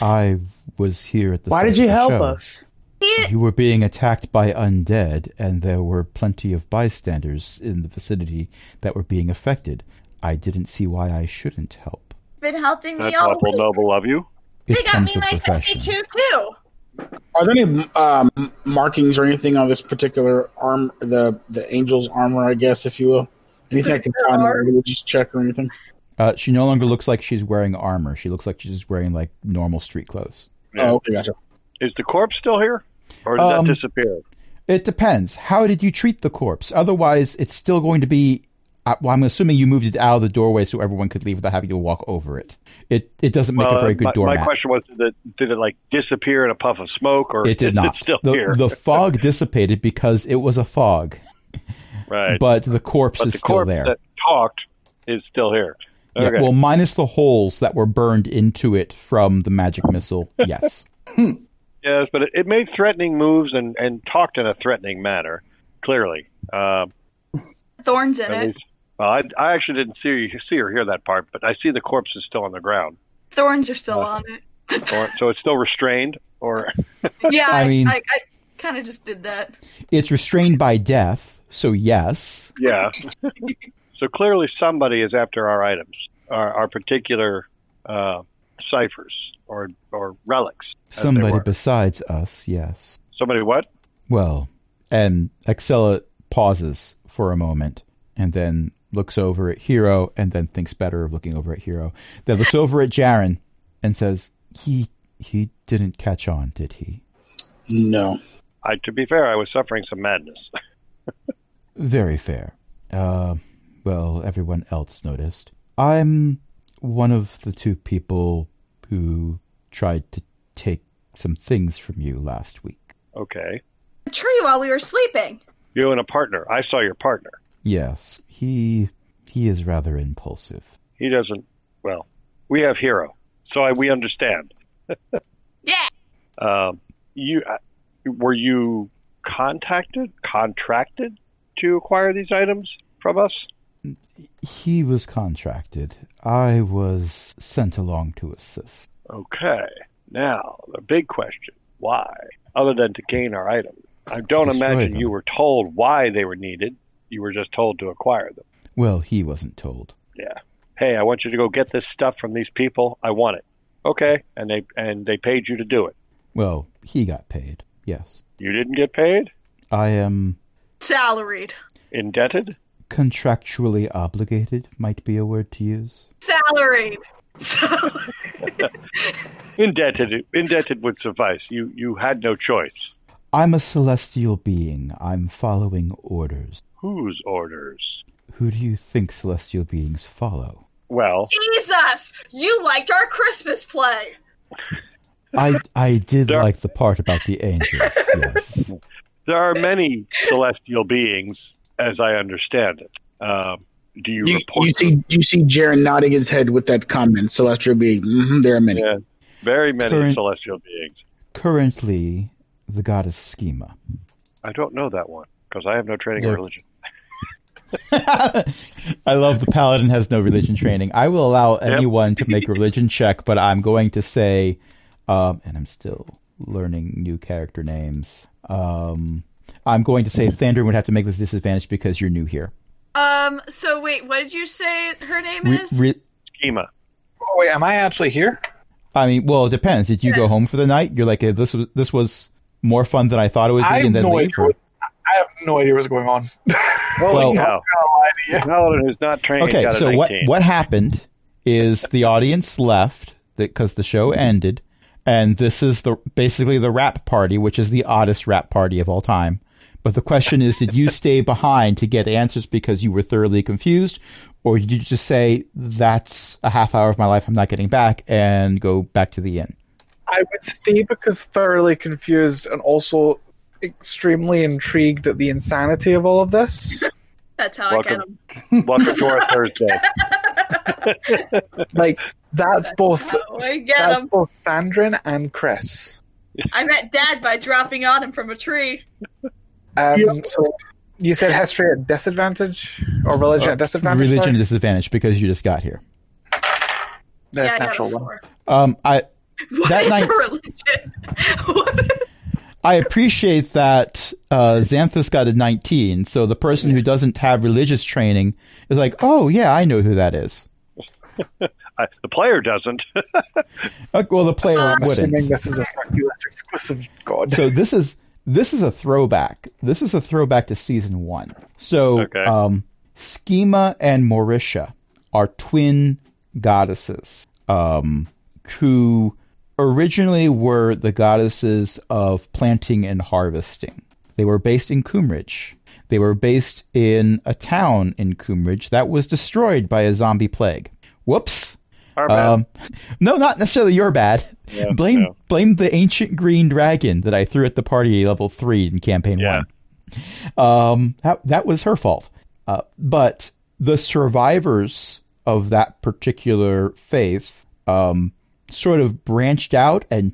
I was here at the. Why start did of you the help show. us? He- You were being attacked by undead, and there were plenty of bystanders in the vicinity that were being affected. I didn't see why I shouldn't help. He's been helping me That's all awful week. noble of you. They It got comes me with my profession. 62 too. Are there any um, markings or anything on this particular arm, the the angel's armor, I guess, if you will? Anything I can find on a religious check or anything? Uh, she no longer looks like she's wearing armor. She looks like she's just wearing like normal street clothes. Yeah. Oh, okay, gotcha. Is the corpse still here? Or did Um, that disappear? It depends. How did you treat the corpse? Otherwise, it's still going to be. I- Well, I'm assuming you moved it out of the doorway so everyone could leave without having to walk over it. It it doesn't make a Well, very good Uh, my, doormat. my question was did it, did it like disappear in a puff of smoke or it did is not. it still the, here? the fog dissipated because it was a fog, right. but the corpse But is the still corpse there. that talked is still here. Yeah, Okay. well, minus the holes that were burned into it from the magic missile. *laughs* Yes. Yes, but it, it made threatening moves and, and talked in a threatening manner, clearly. Um, Thorns in at it. least- well, I, I actually didn't see, see or hear that part, but I see the corpse is still on the ground. Thorns are still Uh, on it. Or, so it's still restrained, or *laughs* Yeah, *laughs* I I, mean- I, I kind of just did that. It's restrained by death, so yes. yeah. so clearly somebody is after our items, our, our particular uh, ciphers or or relics. as they Somebody were. besides us, yes. somebody what? Well, and Excella pauses for a moment and then looks over at Hero and then thinks better of looking over at Hero. Then looks over at Jaren and says, "He he didn't catch on, did he?" No. I, to be fair, I was suffering some madness. *laughs* Very fair. Uh, well, everyone else noticed. I'm one of the two people who tried to take some things from you last week. okay, A tree while we were sleeping. you and a partner. I saw your partner. Yes, he he is rather impulsive. He doesn't. Well, we have hero, so I, we understand. Yeah. Um, you uh, were you contacted, contracted to acquire these items from us? He was contracted. I was sent along to assist. Okay. Now, the big question why? Other than to gain our items. I don't destroy imagine them. you were told why they were needed. You were just told to acquire them. Well, he wasn't told. Yeah. Hey, I want you to go get this stuff from these people. I want it. Okay. And they and they paid you to do it. Well, he got paid. Yes, You didn't get paid? I am Salaried. Indebted? contractually obligated. Might be a word to use. Salaried. *laughs* Salaried. Indebted indebted would suffice. You you had no choice. I'm a celestial being. I'm following orders. Whose orders? Who do you think celestial beings follow? Well, Jesus! You liked our Christmas play. I I did There- like the part about the angels. Yes. there are many celestial beings, as I understand it. Um, do you, You, report you see, you see, Jaren nodding his head with that comment. Celestial being, mm-hmm, there are many. Yeah, very many Current- celestial beings. Currently, the goddess Schema. I don't know that one because I have no training in Yeah. religion. *laughs* I love the paladin has no religion training. I will allow anyone to make a religion check, but I'm going to say, um, and I'm still learning new character names. Um, I'm going to say Thandrin would have to make this disadvantage because you're new here. Um, so wait, what did you say her name Re- is? re- Schema. Oh, wait, am I actually here? I mean, well, it depends. Did you go home for the night? You're like, eh, this was this was more fun than I thought it would be, I have and then no leave. idea. or- what- I have no idea what's going on. Well- Holy cow! Oh, No idea. Paladin is not trained. Okay, got a so what 19. what happened is the audience left because the show ended, and this is the basically the rap party, which is the oddest rap party of all time. But the question is, did *laughs* you stay behind to get answers because you were thoroughly confused, or did you just say that's a half hour of my life I'm not getting back and go back to the inn? I would stay because thoroughly confused and also extremely intrigued at the insanity of all of this. That's how I Welcome. get them. Welcome to our Thursday. Like that's both how I get that's 'em. both Sandrin and Chris. I met Dad by dropping on him from a tree. Um, So you said history at disadvantage or Uh, religion at disadvantage. Uh, Religion sorry? disadvantage because you just got here. yeah, I got natural it one. before. Um, I What That is night- religion? *laughs* I appreciate that uh, Xanthus got a 19, so the person who doesn't have religious training is like, oh, yeah, I know who that is. I, the player doesn't. *laughs* Uh, well, the player I'm assuming wouldn't. this is a Circulus exclusive god. So this is this is a throwback. This is a throwback to season one. So Okay. um, Schema and Morisha are twin goddesses um, who originally were the goddesses of planting and harvesting. They were based in Coomridge. They were based in a town in Coomridge that was destroyed by a zombie plague. Whoops. Our bad. Um, no, not necessarily your bad. *laughs* blame yeah. blame the ancient green dragon that I threw at the party level three in campaign Yeah. one. Um, that that was her fault. Uh, but the survivors of that particular faith um, sort of branched out and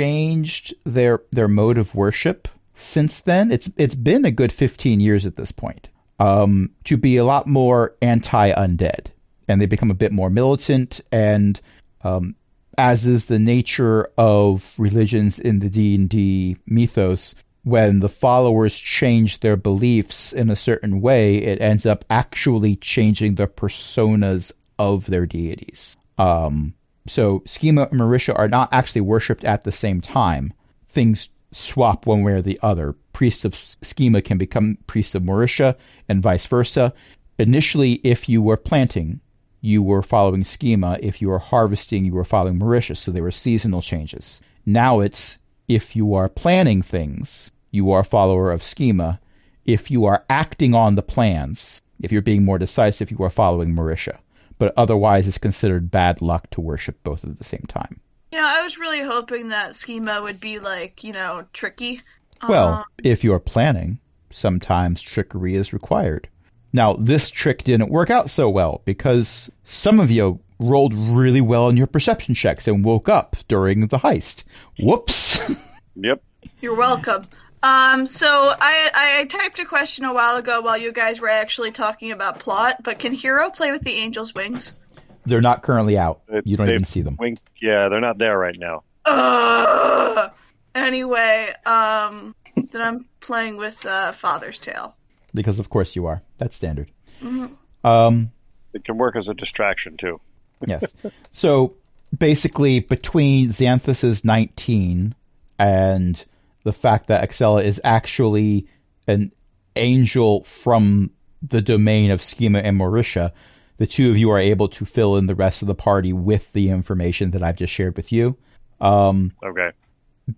changed their their mode of worship since then. It's it's been a good fifteen years at this point um, to be a lot more anti undead, and they become a bit more militant and um, as is the nature of religions in the D&D mythos when the followers change their beliefs in a certain way it ends up actually changing the personas of their deities um, so schema and marisha are not actually worshipped at the same time things swap one way or the other priests of schema can become priests of marisha and vice versa initially if you were planting you were following schema. If you were harvesting, you were following Mauritius. So there were seasonal changes. Now it's if you are planning things, you are a follower of schema. If you are acting on the plans, if you're being more decisive, you are following Mauritia. But otherwise, it's considered bad luck to worship both at the same time. you know, I was really hoping that schema would be like, you know, tricky. Um, Well, if you're planning, sometimes trickery is required. Now, this trick didn't work out so well because some of you rolled really well in your perception checks and woke up during the heist. Whoops. *laughs* Yep. You're welcome. Um, so I I typed a question a while ago while you guys were actually talking about plot, but can Hero play with the angel's wings? They're not currently out. They- You don't they even see them. Wink. Yeah, they're not there right now. Ugh. Anyway, um, then I'm playing with uh, Father's Tale. Mm-hmm. Because, of course, you are. That's standard. Um, It can work as a distraction too. yes. So basically, between Xanthus's 19 and the fact that Excella is actually an angel from the domain of Schema and Mauritia, the two of you are able to fill in the rest of the party with the information that I've just shared with you. Um, Okay.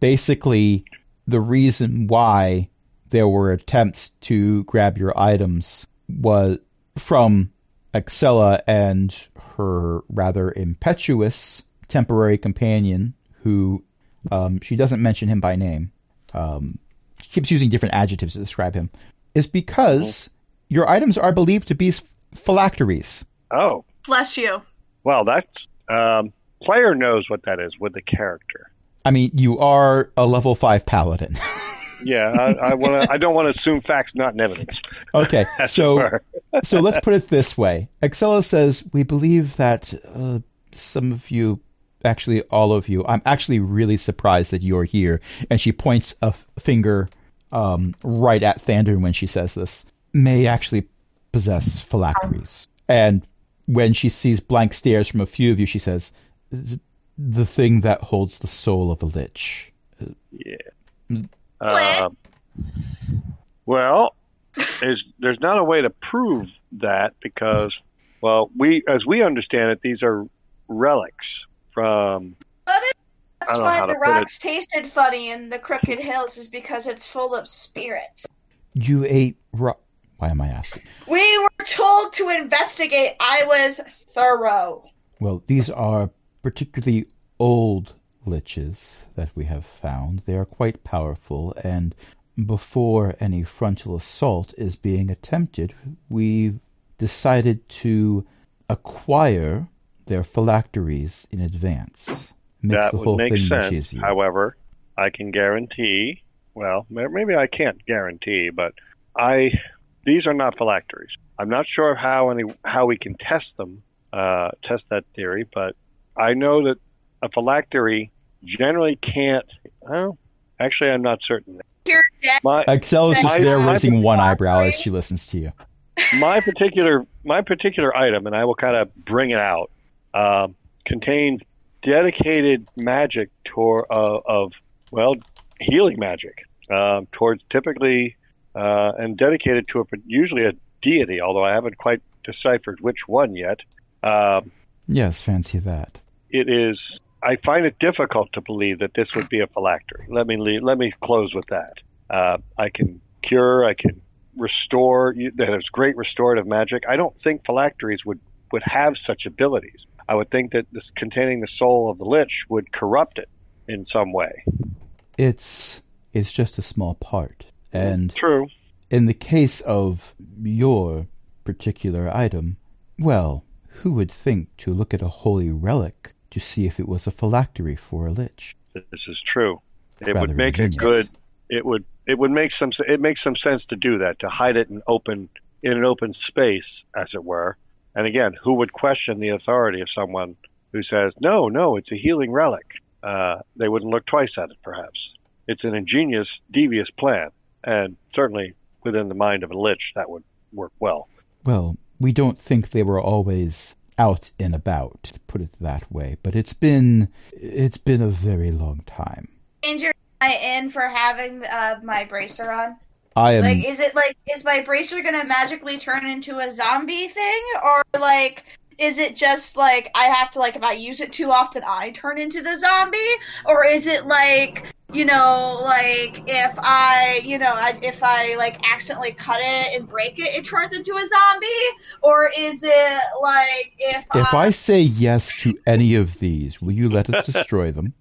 basically the reason why there were attempts to grab your items was from Excella and her rather impetuous temporary companion, who um, she doesn't mention him by name. Um, she keeps using different adjectives to describe him. Is because your items are believed to be s- phylacteries. Oh, Bless you. well, that's um, player knows what that is with the character. I mean, you are a level five paladin. Yeah, I, I want to. I don't want to assume facts not in evidence. okay, As it so were. so let's put it this way. Excella says, We believe that uh, some of you, actually all of you, I'm actually really surprised that you're here. And she points a f- finger um, right at Thandrin when she says this, may actually possess phylacteries. And when she sees blank stares from a few of you, she says, The thing that holds the soul of a lich. Um, well, there's there's not a way to prove that because, well, we as we understand it, these are relics from. But it, that's I don't know why how to the put it. rocks tasted funny in the Crooked Hills is because it's full of spirits. You ate. Ro- Why am I asking? We were told to investigate. I was thorough. Well, these are particularly old liches that we have found. They are quite powerful, and before any frontal assault is being attempted, we've decided to acquire their phylacteries in advance. Makes that the would whole make thing much sense. easier. However, I can guarantee. Well, ma- maybe I can't guarantee, but I these are not phylacteries. I'm not sure how any how we can test them, uh, test that theory, but I know that a phylactery generally can't. Well, actually, I'm not certain. You're dead. My Axelis My- is there my- raising one eyebrow as she listens to you. my particular my particular item, and I will kind of bring it out, um, contains dedicated magic tor- uh, of well healing magic um, towards typically uh, and dedicated to a, usually a deity, although I haven't quite deciphered which one yet. Um, Yes, fancy that. it is I find it difficult to believe that this would be a phylactery. Let me leave, let me close with that. Uh, I can cure, I can restore. You, there's great restorative magic. I don't think phylacteries would would have such abilities. I would think that this, containing the soul of the lich would corrupt it in some way. It's it's just a small part, and True. In the case of your particular item, well, who would think to look at a holy relic to see if it was a phylactery for a lich? This is true. It Rather would make a ingenious. good. It would. It would make some. It makes some sense to do that to hide it in open in an open space, as it were. And again, who would question the authority of someone who says, "No, no, it's a healing relic"? Uh, they wouldn't look twice at it, perhaps. It's an ingenious, devious plan, and certainly within the mind of a lich, that would work well. Well, we don't think they were always out and about, to put it that way, but it's been it's been a very long time. And you're I in for having uh, my bracer on. I am Like, is it like is my bracer gonna magically turn into a zombie thing, or like is it just like I have to like if I use it too often I turn into the zombie, or is it like you know like if I you know I, if I like accidentally cut it and break it it turns into a zombie, or is it like if if I I say yes to any of these, will you let us destroy them?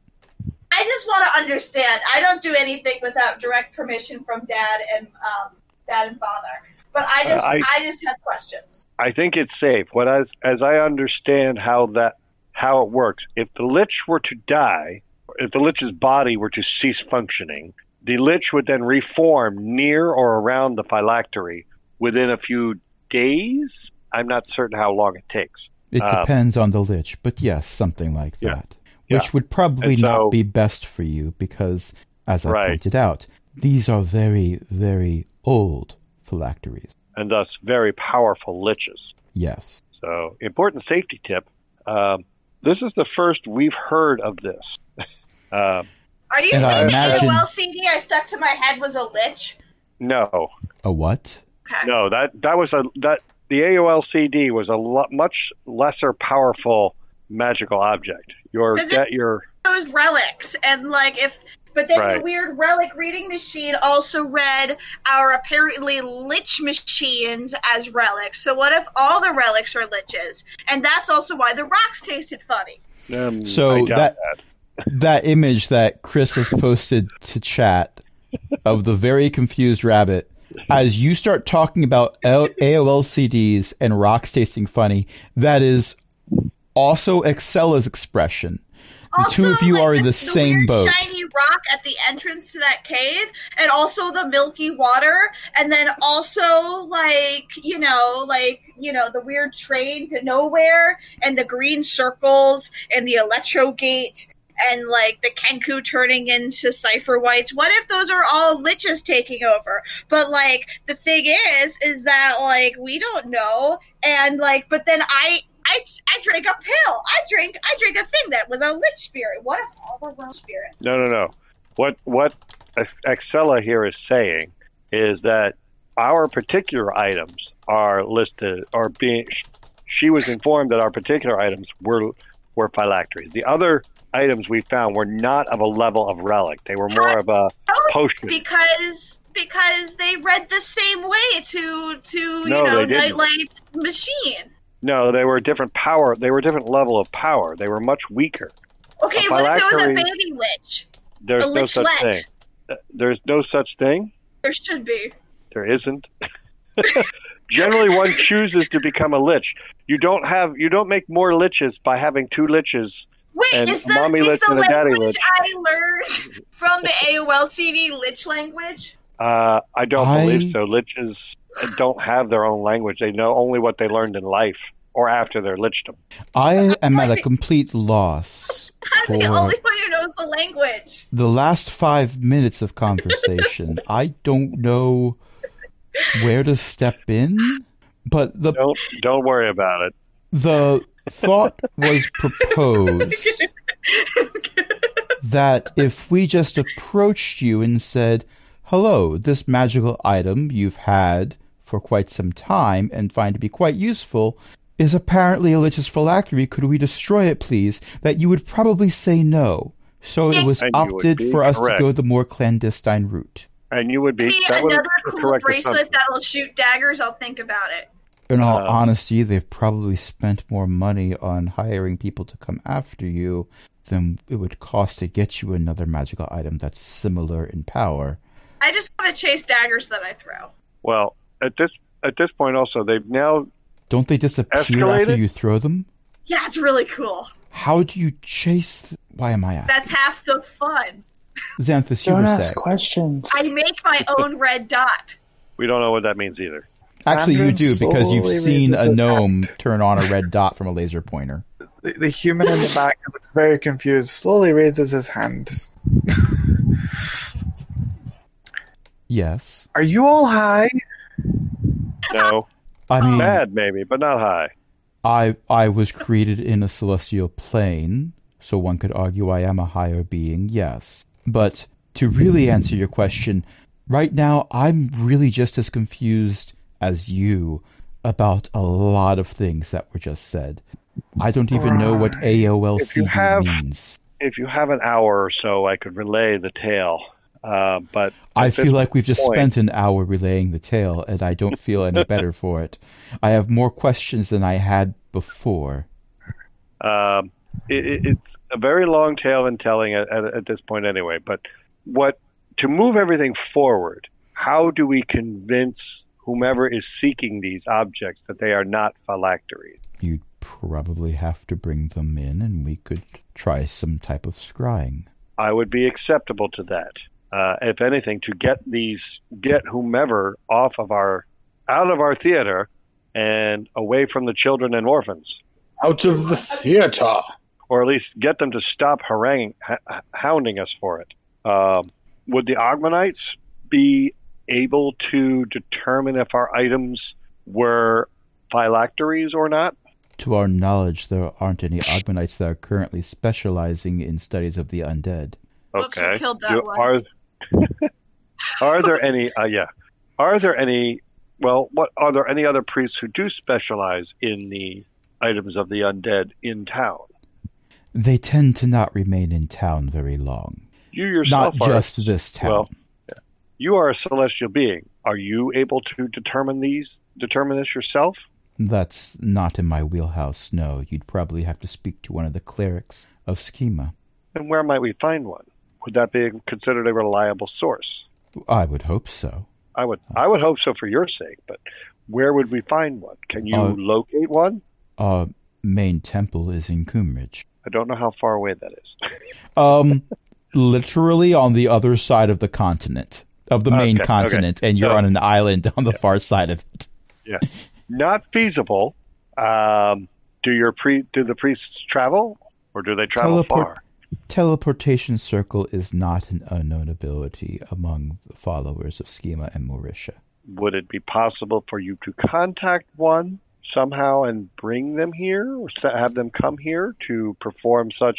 I just want to understand. I don't do anything without direct permission from dad and um, dad and father. But I just, Uh, I- I just have questions. I think it's safe. What as as I understand how that how it works, if the lich were to die, if the lich's body were to cease functioning, the lich would then reform near or around the phylactery within a few days. I'm not certain how long it takes. It Um, depends on the lich, but yes, something like Yeah. that. Yeah. Which would probably And so- not be best for you because, as I Right. pointed out, these are very, very old phylacteries. and thus very powerful liches. Yes. So, important safety tip. Um, this is the first we've heard of this. *laughs* Um Are you And I saying that imagine- the well CD I stuck to my head was a lich? no, A what? Okay. No, that that was a that the AOL CD was a lo- much lesser powerful magical object. Your Is it- that your Those relics and like if, but then the Right. weird relic reading machine also read our apparently lich machines as relics. So what if all the relics are liches? And that's also why the rocks tasted funny. um, So I doubt that- That image that Chris has posted to chat of the very confused rabbit. As you start talking about L- AOL CDs and rocks tasting funny, that is also Excella's expression. The two of you are in the same weird boat. Shiny rock at the entrance to that cave, and also the milky water, and then also like you know, like you know, the weird train to nowhere, and the green circles, and the electro gate, and like the Kenku turning into Cipher Whites. What if those are all liches taking over? But like the thing is, is that like we don't know, and like, but then I I, I drank a pill. I drink I drink a thing that was a lich spirit. What if all the world spirits? No, no, no. What what Excella here is saying is that our particular items are listed are being. She was informed that our particular items were were phylacteries. The other items we found were not of a level of relic. They were more of a potion. because because they read the same way to No, to you know they didn't. Nightlight's machine. No, they were a different power. They were a different level of power. They were much weaker. Okay, A what if there was a phylactery- baby witch? There's A no such lichlet. thing. Uh, There's no such thing. There should be. There isn't. *laughs* Generally, one chooses to become a lich. You don't have. You don't make more liches by having two liches. Wait, And is a the, mommy is lich the and a daddy language lich. I learned from the AOL CD lich language? *laughs* Uh, I don't I- believe so. Liches don't have their own language. They know only what they learned in life or after their lichdom. I am at a complete loss I'm the for only one who knows the language. the last five minutes of conversation. I don't know where to step in, but the Don't don't worry about it. the thought was proposed that if we just approached you and said, "Hello, this magical item you've had for quite some time and find to be quite useful is apparently a lich's phylactery. Could we destroy it, please?" that you would probably say no. So it was And you would opted be for us correct. to go the more clandestine route. And you would be Maybe that would another a cool correct bracelet assumption. that'll shoot daggers. I'll think about it. In all Uh, honesty, they've probably spent more money on hiring people to come after you than it would cost to get you another magical item that's similar in power. I just want to chase daggers that I throw. Well, at this at this point, also they've now Don't they disappear after Escalated? you throw them? Yeah, it's really cool. How do you chase? Th- Why am I asking? That's half the fun. Xanthus, you Don't were ask saying. questions. I make *laughs* my own red dot. we don't know what that means either. Actually, you Andrew do because slowly you've seen a raises his gnome turn on a red dot from a laser pointer. The, the human in the back looks very confused, slowly raises his hand. Yes, Are you all high? *laughs* No, I mean bad maybe, but not high. I I was created in a celestial plane, so one could argue I am a higher being, yes. But to really answer your question, right now I'm really just as confused as you about a lot of things that were just said. I don't even know what Right. AOL If you CD have- means. If you have an hour or so, I could relay the tale. Uh, but I at this feel like we've just point- spent an hour relaying the tale, and I don't feel *laughs* any better for it. I have more questions than I had before. Um, it, it, it's a very long tale in telling at, at, at this point, anyway. But what to move everything forward? How do we convince whomever is seeking these objects that they are not phylacteries? You'd probably have to bring them in, and we could try some type of scrying. I would be acceptable to that. Uh, if anything, to get these, get whomever off of our, out of our theater, and away from the children and orphans, Out of the theater. or at least get them to stop haranguing, h- hounding us for it. Um would the Augmanites be able to determine if our items were phylacteries or not? To our knowledge, there aren't any Augmanites that are currently specializing in studies of the undead. Whoops, I Okay. killed that Do- one. Are, *laughs* are there any? Uh, yeah. Are there any? Well, what are there any other priests who do specialize in the items of the undead in town? They tend to not remain in town very long. You yourself not are. just this town. well, you are a celestial being. Are you able to determine these? Determine this yourself? That's not in my wheelhouse, no. You'd probably have to speak to one of the clerics of Schema. And where might we find one? Would that be considered a reliable source? I would hope so. I would. I would hope so for your sake. But where would we find one? Can you Uh, locate one? Our main temple is in Coomridge. I don't know how far away that is. *laughs* Um, literally on the other side of the continent, of the main Okay, okay. continent, and you're So- on an island on the far side of it. not feasible. Um, do your pre do the priests travel, or do they travel Teleport- far? Teleportation circle is not an unknown ability among the followers of Schema and Morisha. Would it be possible for you to contact one somehow and bring them here, or s- have them come here to perform such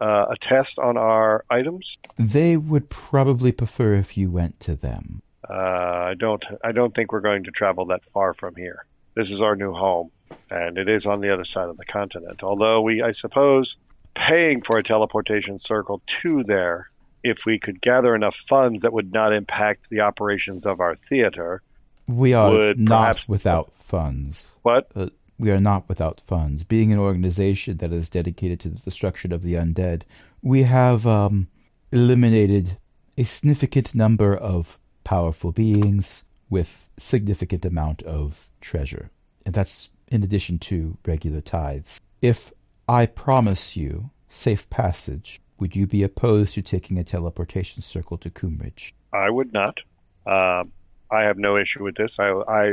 uh, a test on our items? They would probably prefer if you went to them. Uh, I don't. I don't think we're going to travel that far from here. This is our new home, and it is on the other side of the continent. Although we, I suppose, paying for a teleportation circle to there if we could gather enough funds that would not impact the operations of our theater. We are Would not perhaps- without funds. What? Uh, we are not without funds. Being an organization that is dedicated to the destruction of the undead, we have um, eliminated a significant number of powerful beings with significant amount of treasure, and that's in addition to regular tithes. If I promise you safe passage, would you be opposed to taking a teleportation circle to Coomridge? I would not. Um I have no issue with this. I, I,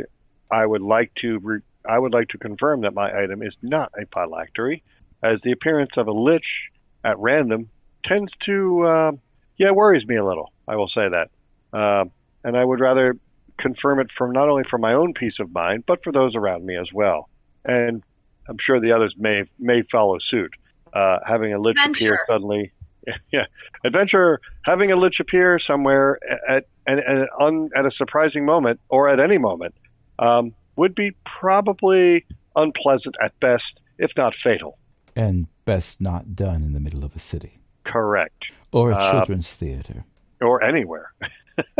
I would like to re- I would like to confirm that my item is not a phylactery, as the appearance of a lich at random tends to uh, yeah worries me a little. I will say that, Um and I would rather confirm it from not only for my own peace of mind, but for those around me as well. And I'm sure the others may may follow suit. Uh, having a lich appear Adventure. suddenly, *laughs* yeah, adventure having a lich appear somewhere at at, at, un, at a surprising moment or at any moment um, would be probably unpleasant at best, if not fatal. And best not done in the middle of a city Correct. or a Uh, children's theater. Or anywhere. *laughs*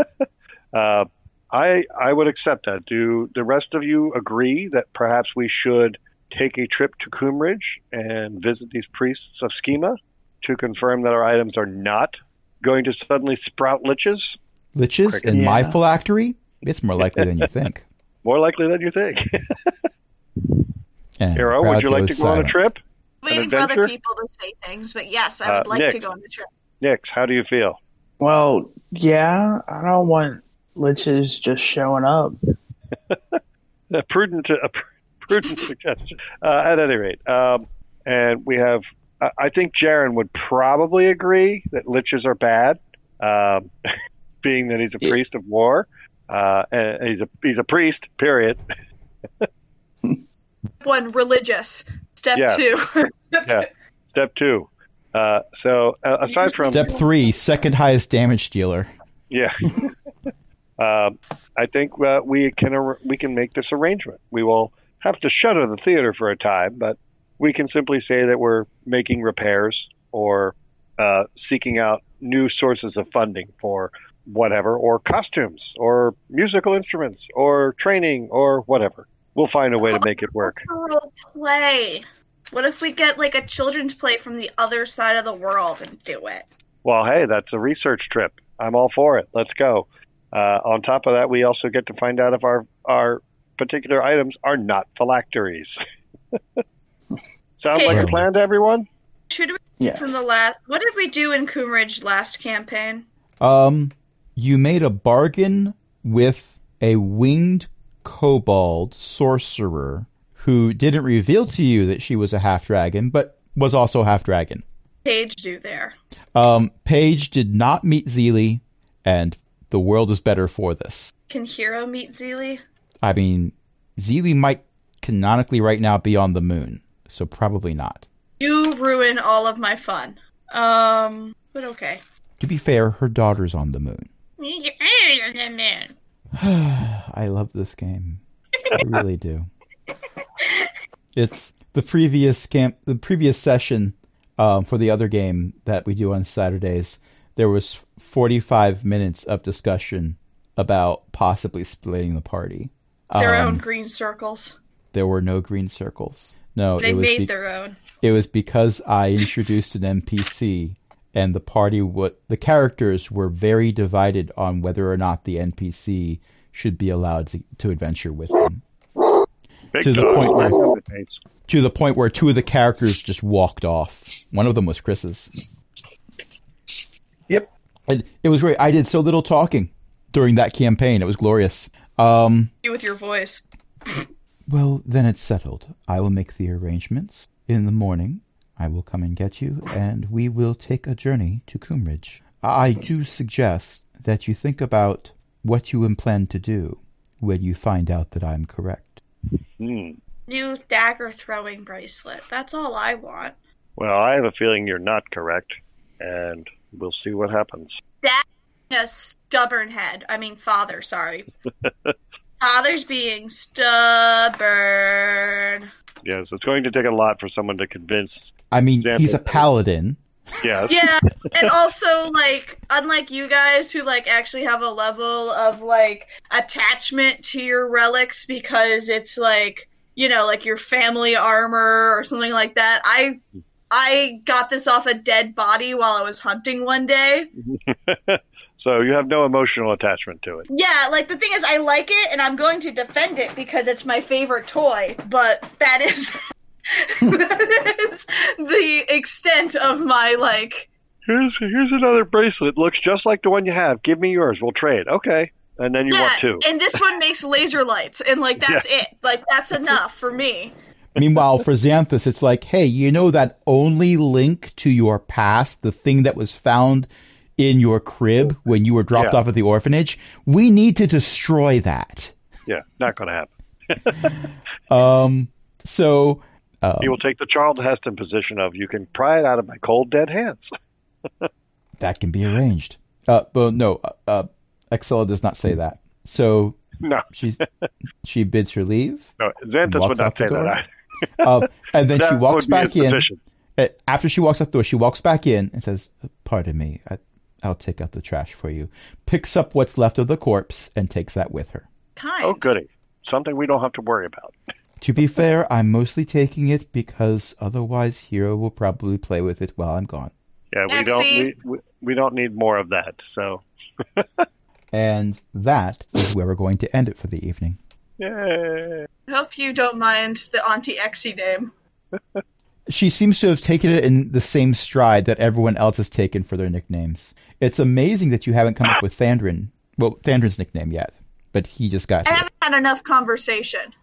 uh, I I would accept that. Do the rest of you agree that perhaps we should take a trip to Coomridge and visit these priests of Schema to confirm that our items are not going to suddenly sprout liches? Liches Cricket. in my Yeah. phylactery? It's more likely *laughs* than you think. More likely than you think. *laughs* And the Hero, crowd would you like to goes go on a silent. trip? Waiting for other adventure? people to say things, but yes, I would Uh, like to Nick. go on the trip. Nix, how do you feel? Well, yeah, I don't want liches just showing up. a prudent a pr- prudent suggestion. Uh, at any rate, um, and we have. I I think Jaron would probably agree that liches are bad, um, *laughs* being that he's a Yeah. priest of war. Uh, and he's a he's a priest. Period. One, religious. Step Yeah. two. *laughs* Yeah. Step two. Uh, so uh, aside from Step three, second highest damage dealer. *laughs* Yeah. um, I think uh, we can ar- we can make this arrangement. We will have to shutter the theater for a time, but we can simply say that we're making repairs or uh, seeking out new sources of funding for whatever, or costumes, or musical instruments, or training, or whatever. We'll find a way to make it work. Cultural play. What if we get like a children's play from the other side of the world and do it? Well, hey, that's a research trip. I'm all for it. Let's go. Uh, on top of that, we also get to find out if our our particular items are not phylacteries. *laughs* Sound like a Okay. plan to everyone? Should we from Yes. the last? What did we do in Coomridge last campaign? Um, you made a bargain with a winged kobold sorcerer who didn't reveal to you that she was a half dragon, but was also half dragon. Page do there. Um, Paige did not meet Zeely, and the world is better for this. Can Hero meet Zeely? I mean, Zeely might canonically right now be on the moon, so probably not. You ruin all of my fun. Um, but okay. To be fair, her daughter's on the moon. Wait, *sighs* I love this game. I really do. It's the previous camp, the previous session um, for the other game that we do on Saturdays. There was 45 minutes of discussion about possibly splitting the party. Their Um, own green circles. There were no green circles. No, They oh, it was made be- their own. it was because I introduced an NPC, and the party, what the characters were very divided on whether or not the NPC should be allowed to, to adventure with them. Big To the time. point where- Right up the face. To the point where two of the characters just walked off. One of them was Chris's. Yep. And it was great. I did so little talking during that campaign. It was glorious. Um, You with your voice. well, then it's settled. I will make the arrangements. In the morning, I will come and get you, and we will take a journey to Coomridge. I do suggest that you think about what you plan to do when you find out that I'm correct. Hmm. New dagger throwing bracelet. That's all I want. Well, I have a feeling you're not correct, and we'll see what happens. A stubborn head. I mean, father, sorry. Father's being stubborn. Yes, it's going to take a lot for someone to convince. I mean, Example. he's a paladin. Yes. Yeah, and also like unlike you guys who like actually have a level of like attachment to your relics because it's like you know like your family armor or something like that. I I got this off a dead body while I was hunting one day. *laughs* so you have no emotional attachment to it. Yeah, like the thing is I like it and I'm going to defend it because it's my favorite toy, but that is *laughs* that is the extent of my like Here's here's another bracelet. Looks just like the one you have. Give me yours. We'll trade. Okay. And then you want two. And this one makes laser lights, and like that's it. Like that's enough for me. Meanwhile, for Xanthus, it's like, hey, you know that only link to your past, the thing that was found in your crib when you were dropped Yeah. off at the orphanage? We need to destroy that. Yeah, not going to happen. Um, so, um, He will take the Charlton Heston position of you can pry it out of my cold dead hands. that can be arranged. Uh, well, no, uh, uh, Excella does not say that. So No, she's she bids her leave, *laughs* no, Xanthus Walks would out not the say door. that. I- uh, and then *laughs* that she walks would be his back in. position. Uh, After she walks out the door, she walks back in and says, "Pardon me, I, I'll take out the trash for you." Picks up what's left of the corpse and takes that with her. Kind. Oh, goody. Something we don't have to worry about. To be fair, I'm mostly taking it because otherwise Hero will probably play with it while I'm gone. Yeah, we don't we, Maxie. we, we don't need more of that. So, And that is where we're going to end it for the evening. yay. I hope you don't mind the Auntie Exy name. She seems to have taken it in the same stride that everyone else has taken for their nicknames. It's amazing that you haven't come up with Thandrin, well, Thandrin's nickname yet, but he just got to I it. haven't had enough conversation.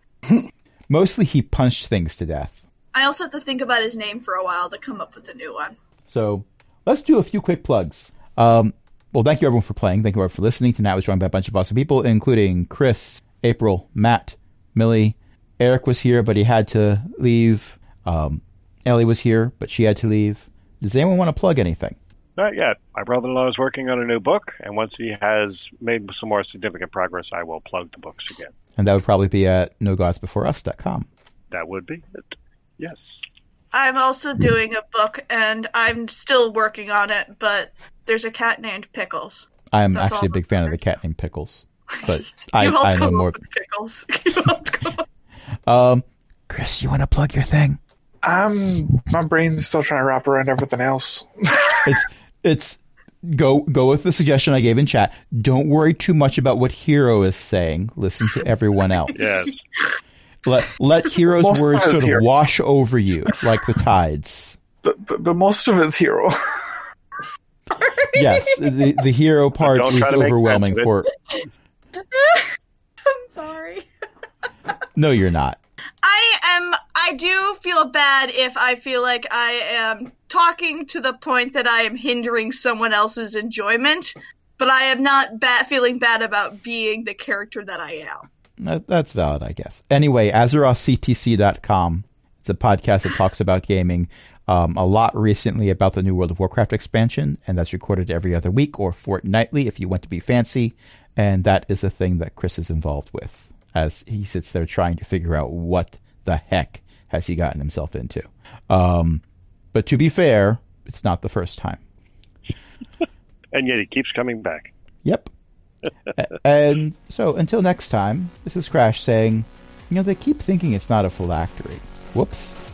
Mostly he punched things to death. I also have to think about his name for a while to come up with a new one. So let's do a few quick plugs. Um, well, thank you everyone for playing. Thank you everyone for listening. Tonight I was joined by a bunch of awesome people, including Chris, April, Matt, Millie. Eric was here, but he had to leave. Um, Ellie was here, but she had to leave. Does anyone want to plug anything? Not yet. My brother-in-law is working on a new book, and once he has made some more significant progress, I will plug the books again. And that would probably be at nogodsbeforeus.com. That would be it. Yes. I'm also doing a book, and I'm still working on it, but there's a cat named Pickles. I'm That's actually a all. big fan of the cat named *laughs* Pickles, but I, you all I know come more. up with Pickles. *laughs* You *laughs* all come up- Um, Chris, you want to plug your thing? Um, my brain's still trying to wrap around everything else. it's it's go go with the suggestion I gave in chat. Don't worry too much about what Hero is saying. Listen to everyone *laughs* else. Yes. Let let Hero's Most words of sort it's of Hero. wash over you like the tides. But, but, but most of it's hero. Yes, the the hero part Don't is try to make overwhelming sense of for. I'm sorry. No, you're not. I am. I do feel bad if I feel like I am talking to the point that I am hindering someone else's enjoyment, but I am not ba- feeling bad about being the character that I am. That, that's valid, I guess. Anyway, AzerothCTC.com. It's a podcast that talks about gaming um, a lot recently about the new World of Warcraft expansion, and that's recorded every other week or fortnightly if you want to be fancy. And that is a thing that Chris is involved with as he sits there trying to figure out what the heck has he gotten himself into. Um, but to be fair, it's not the first time. And yet he keeps coming back. Yep. A- and so until next time, this is Crash saying, you know, they keep thinking it's not a phylactery. Whoops.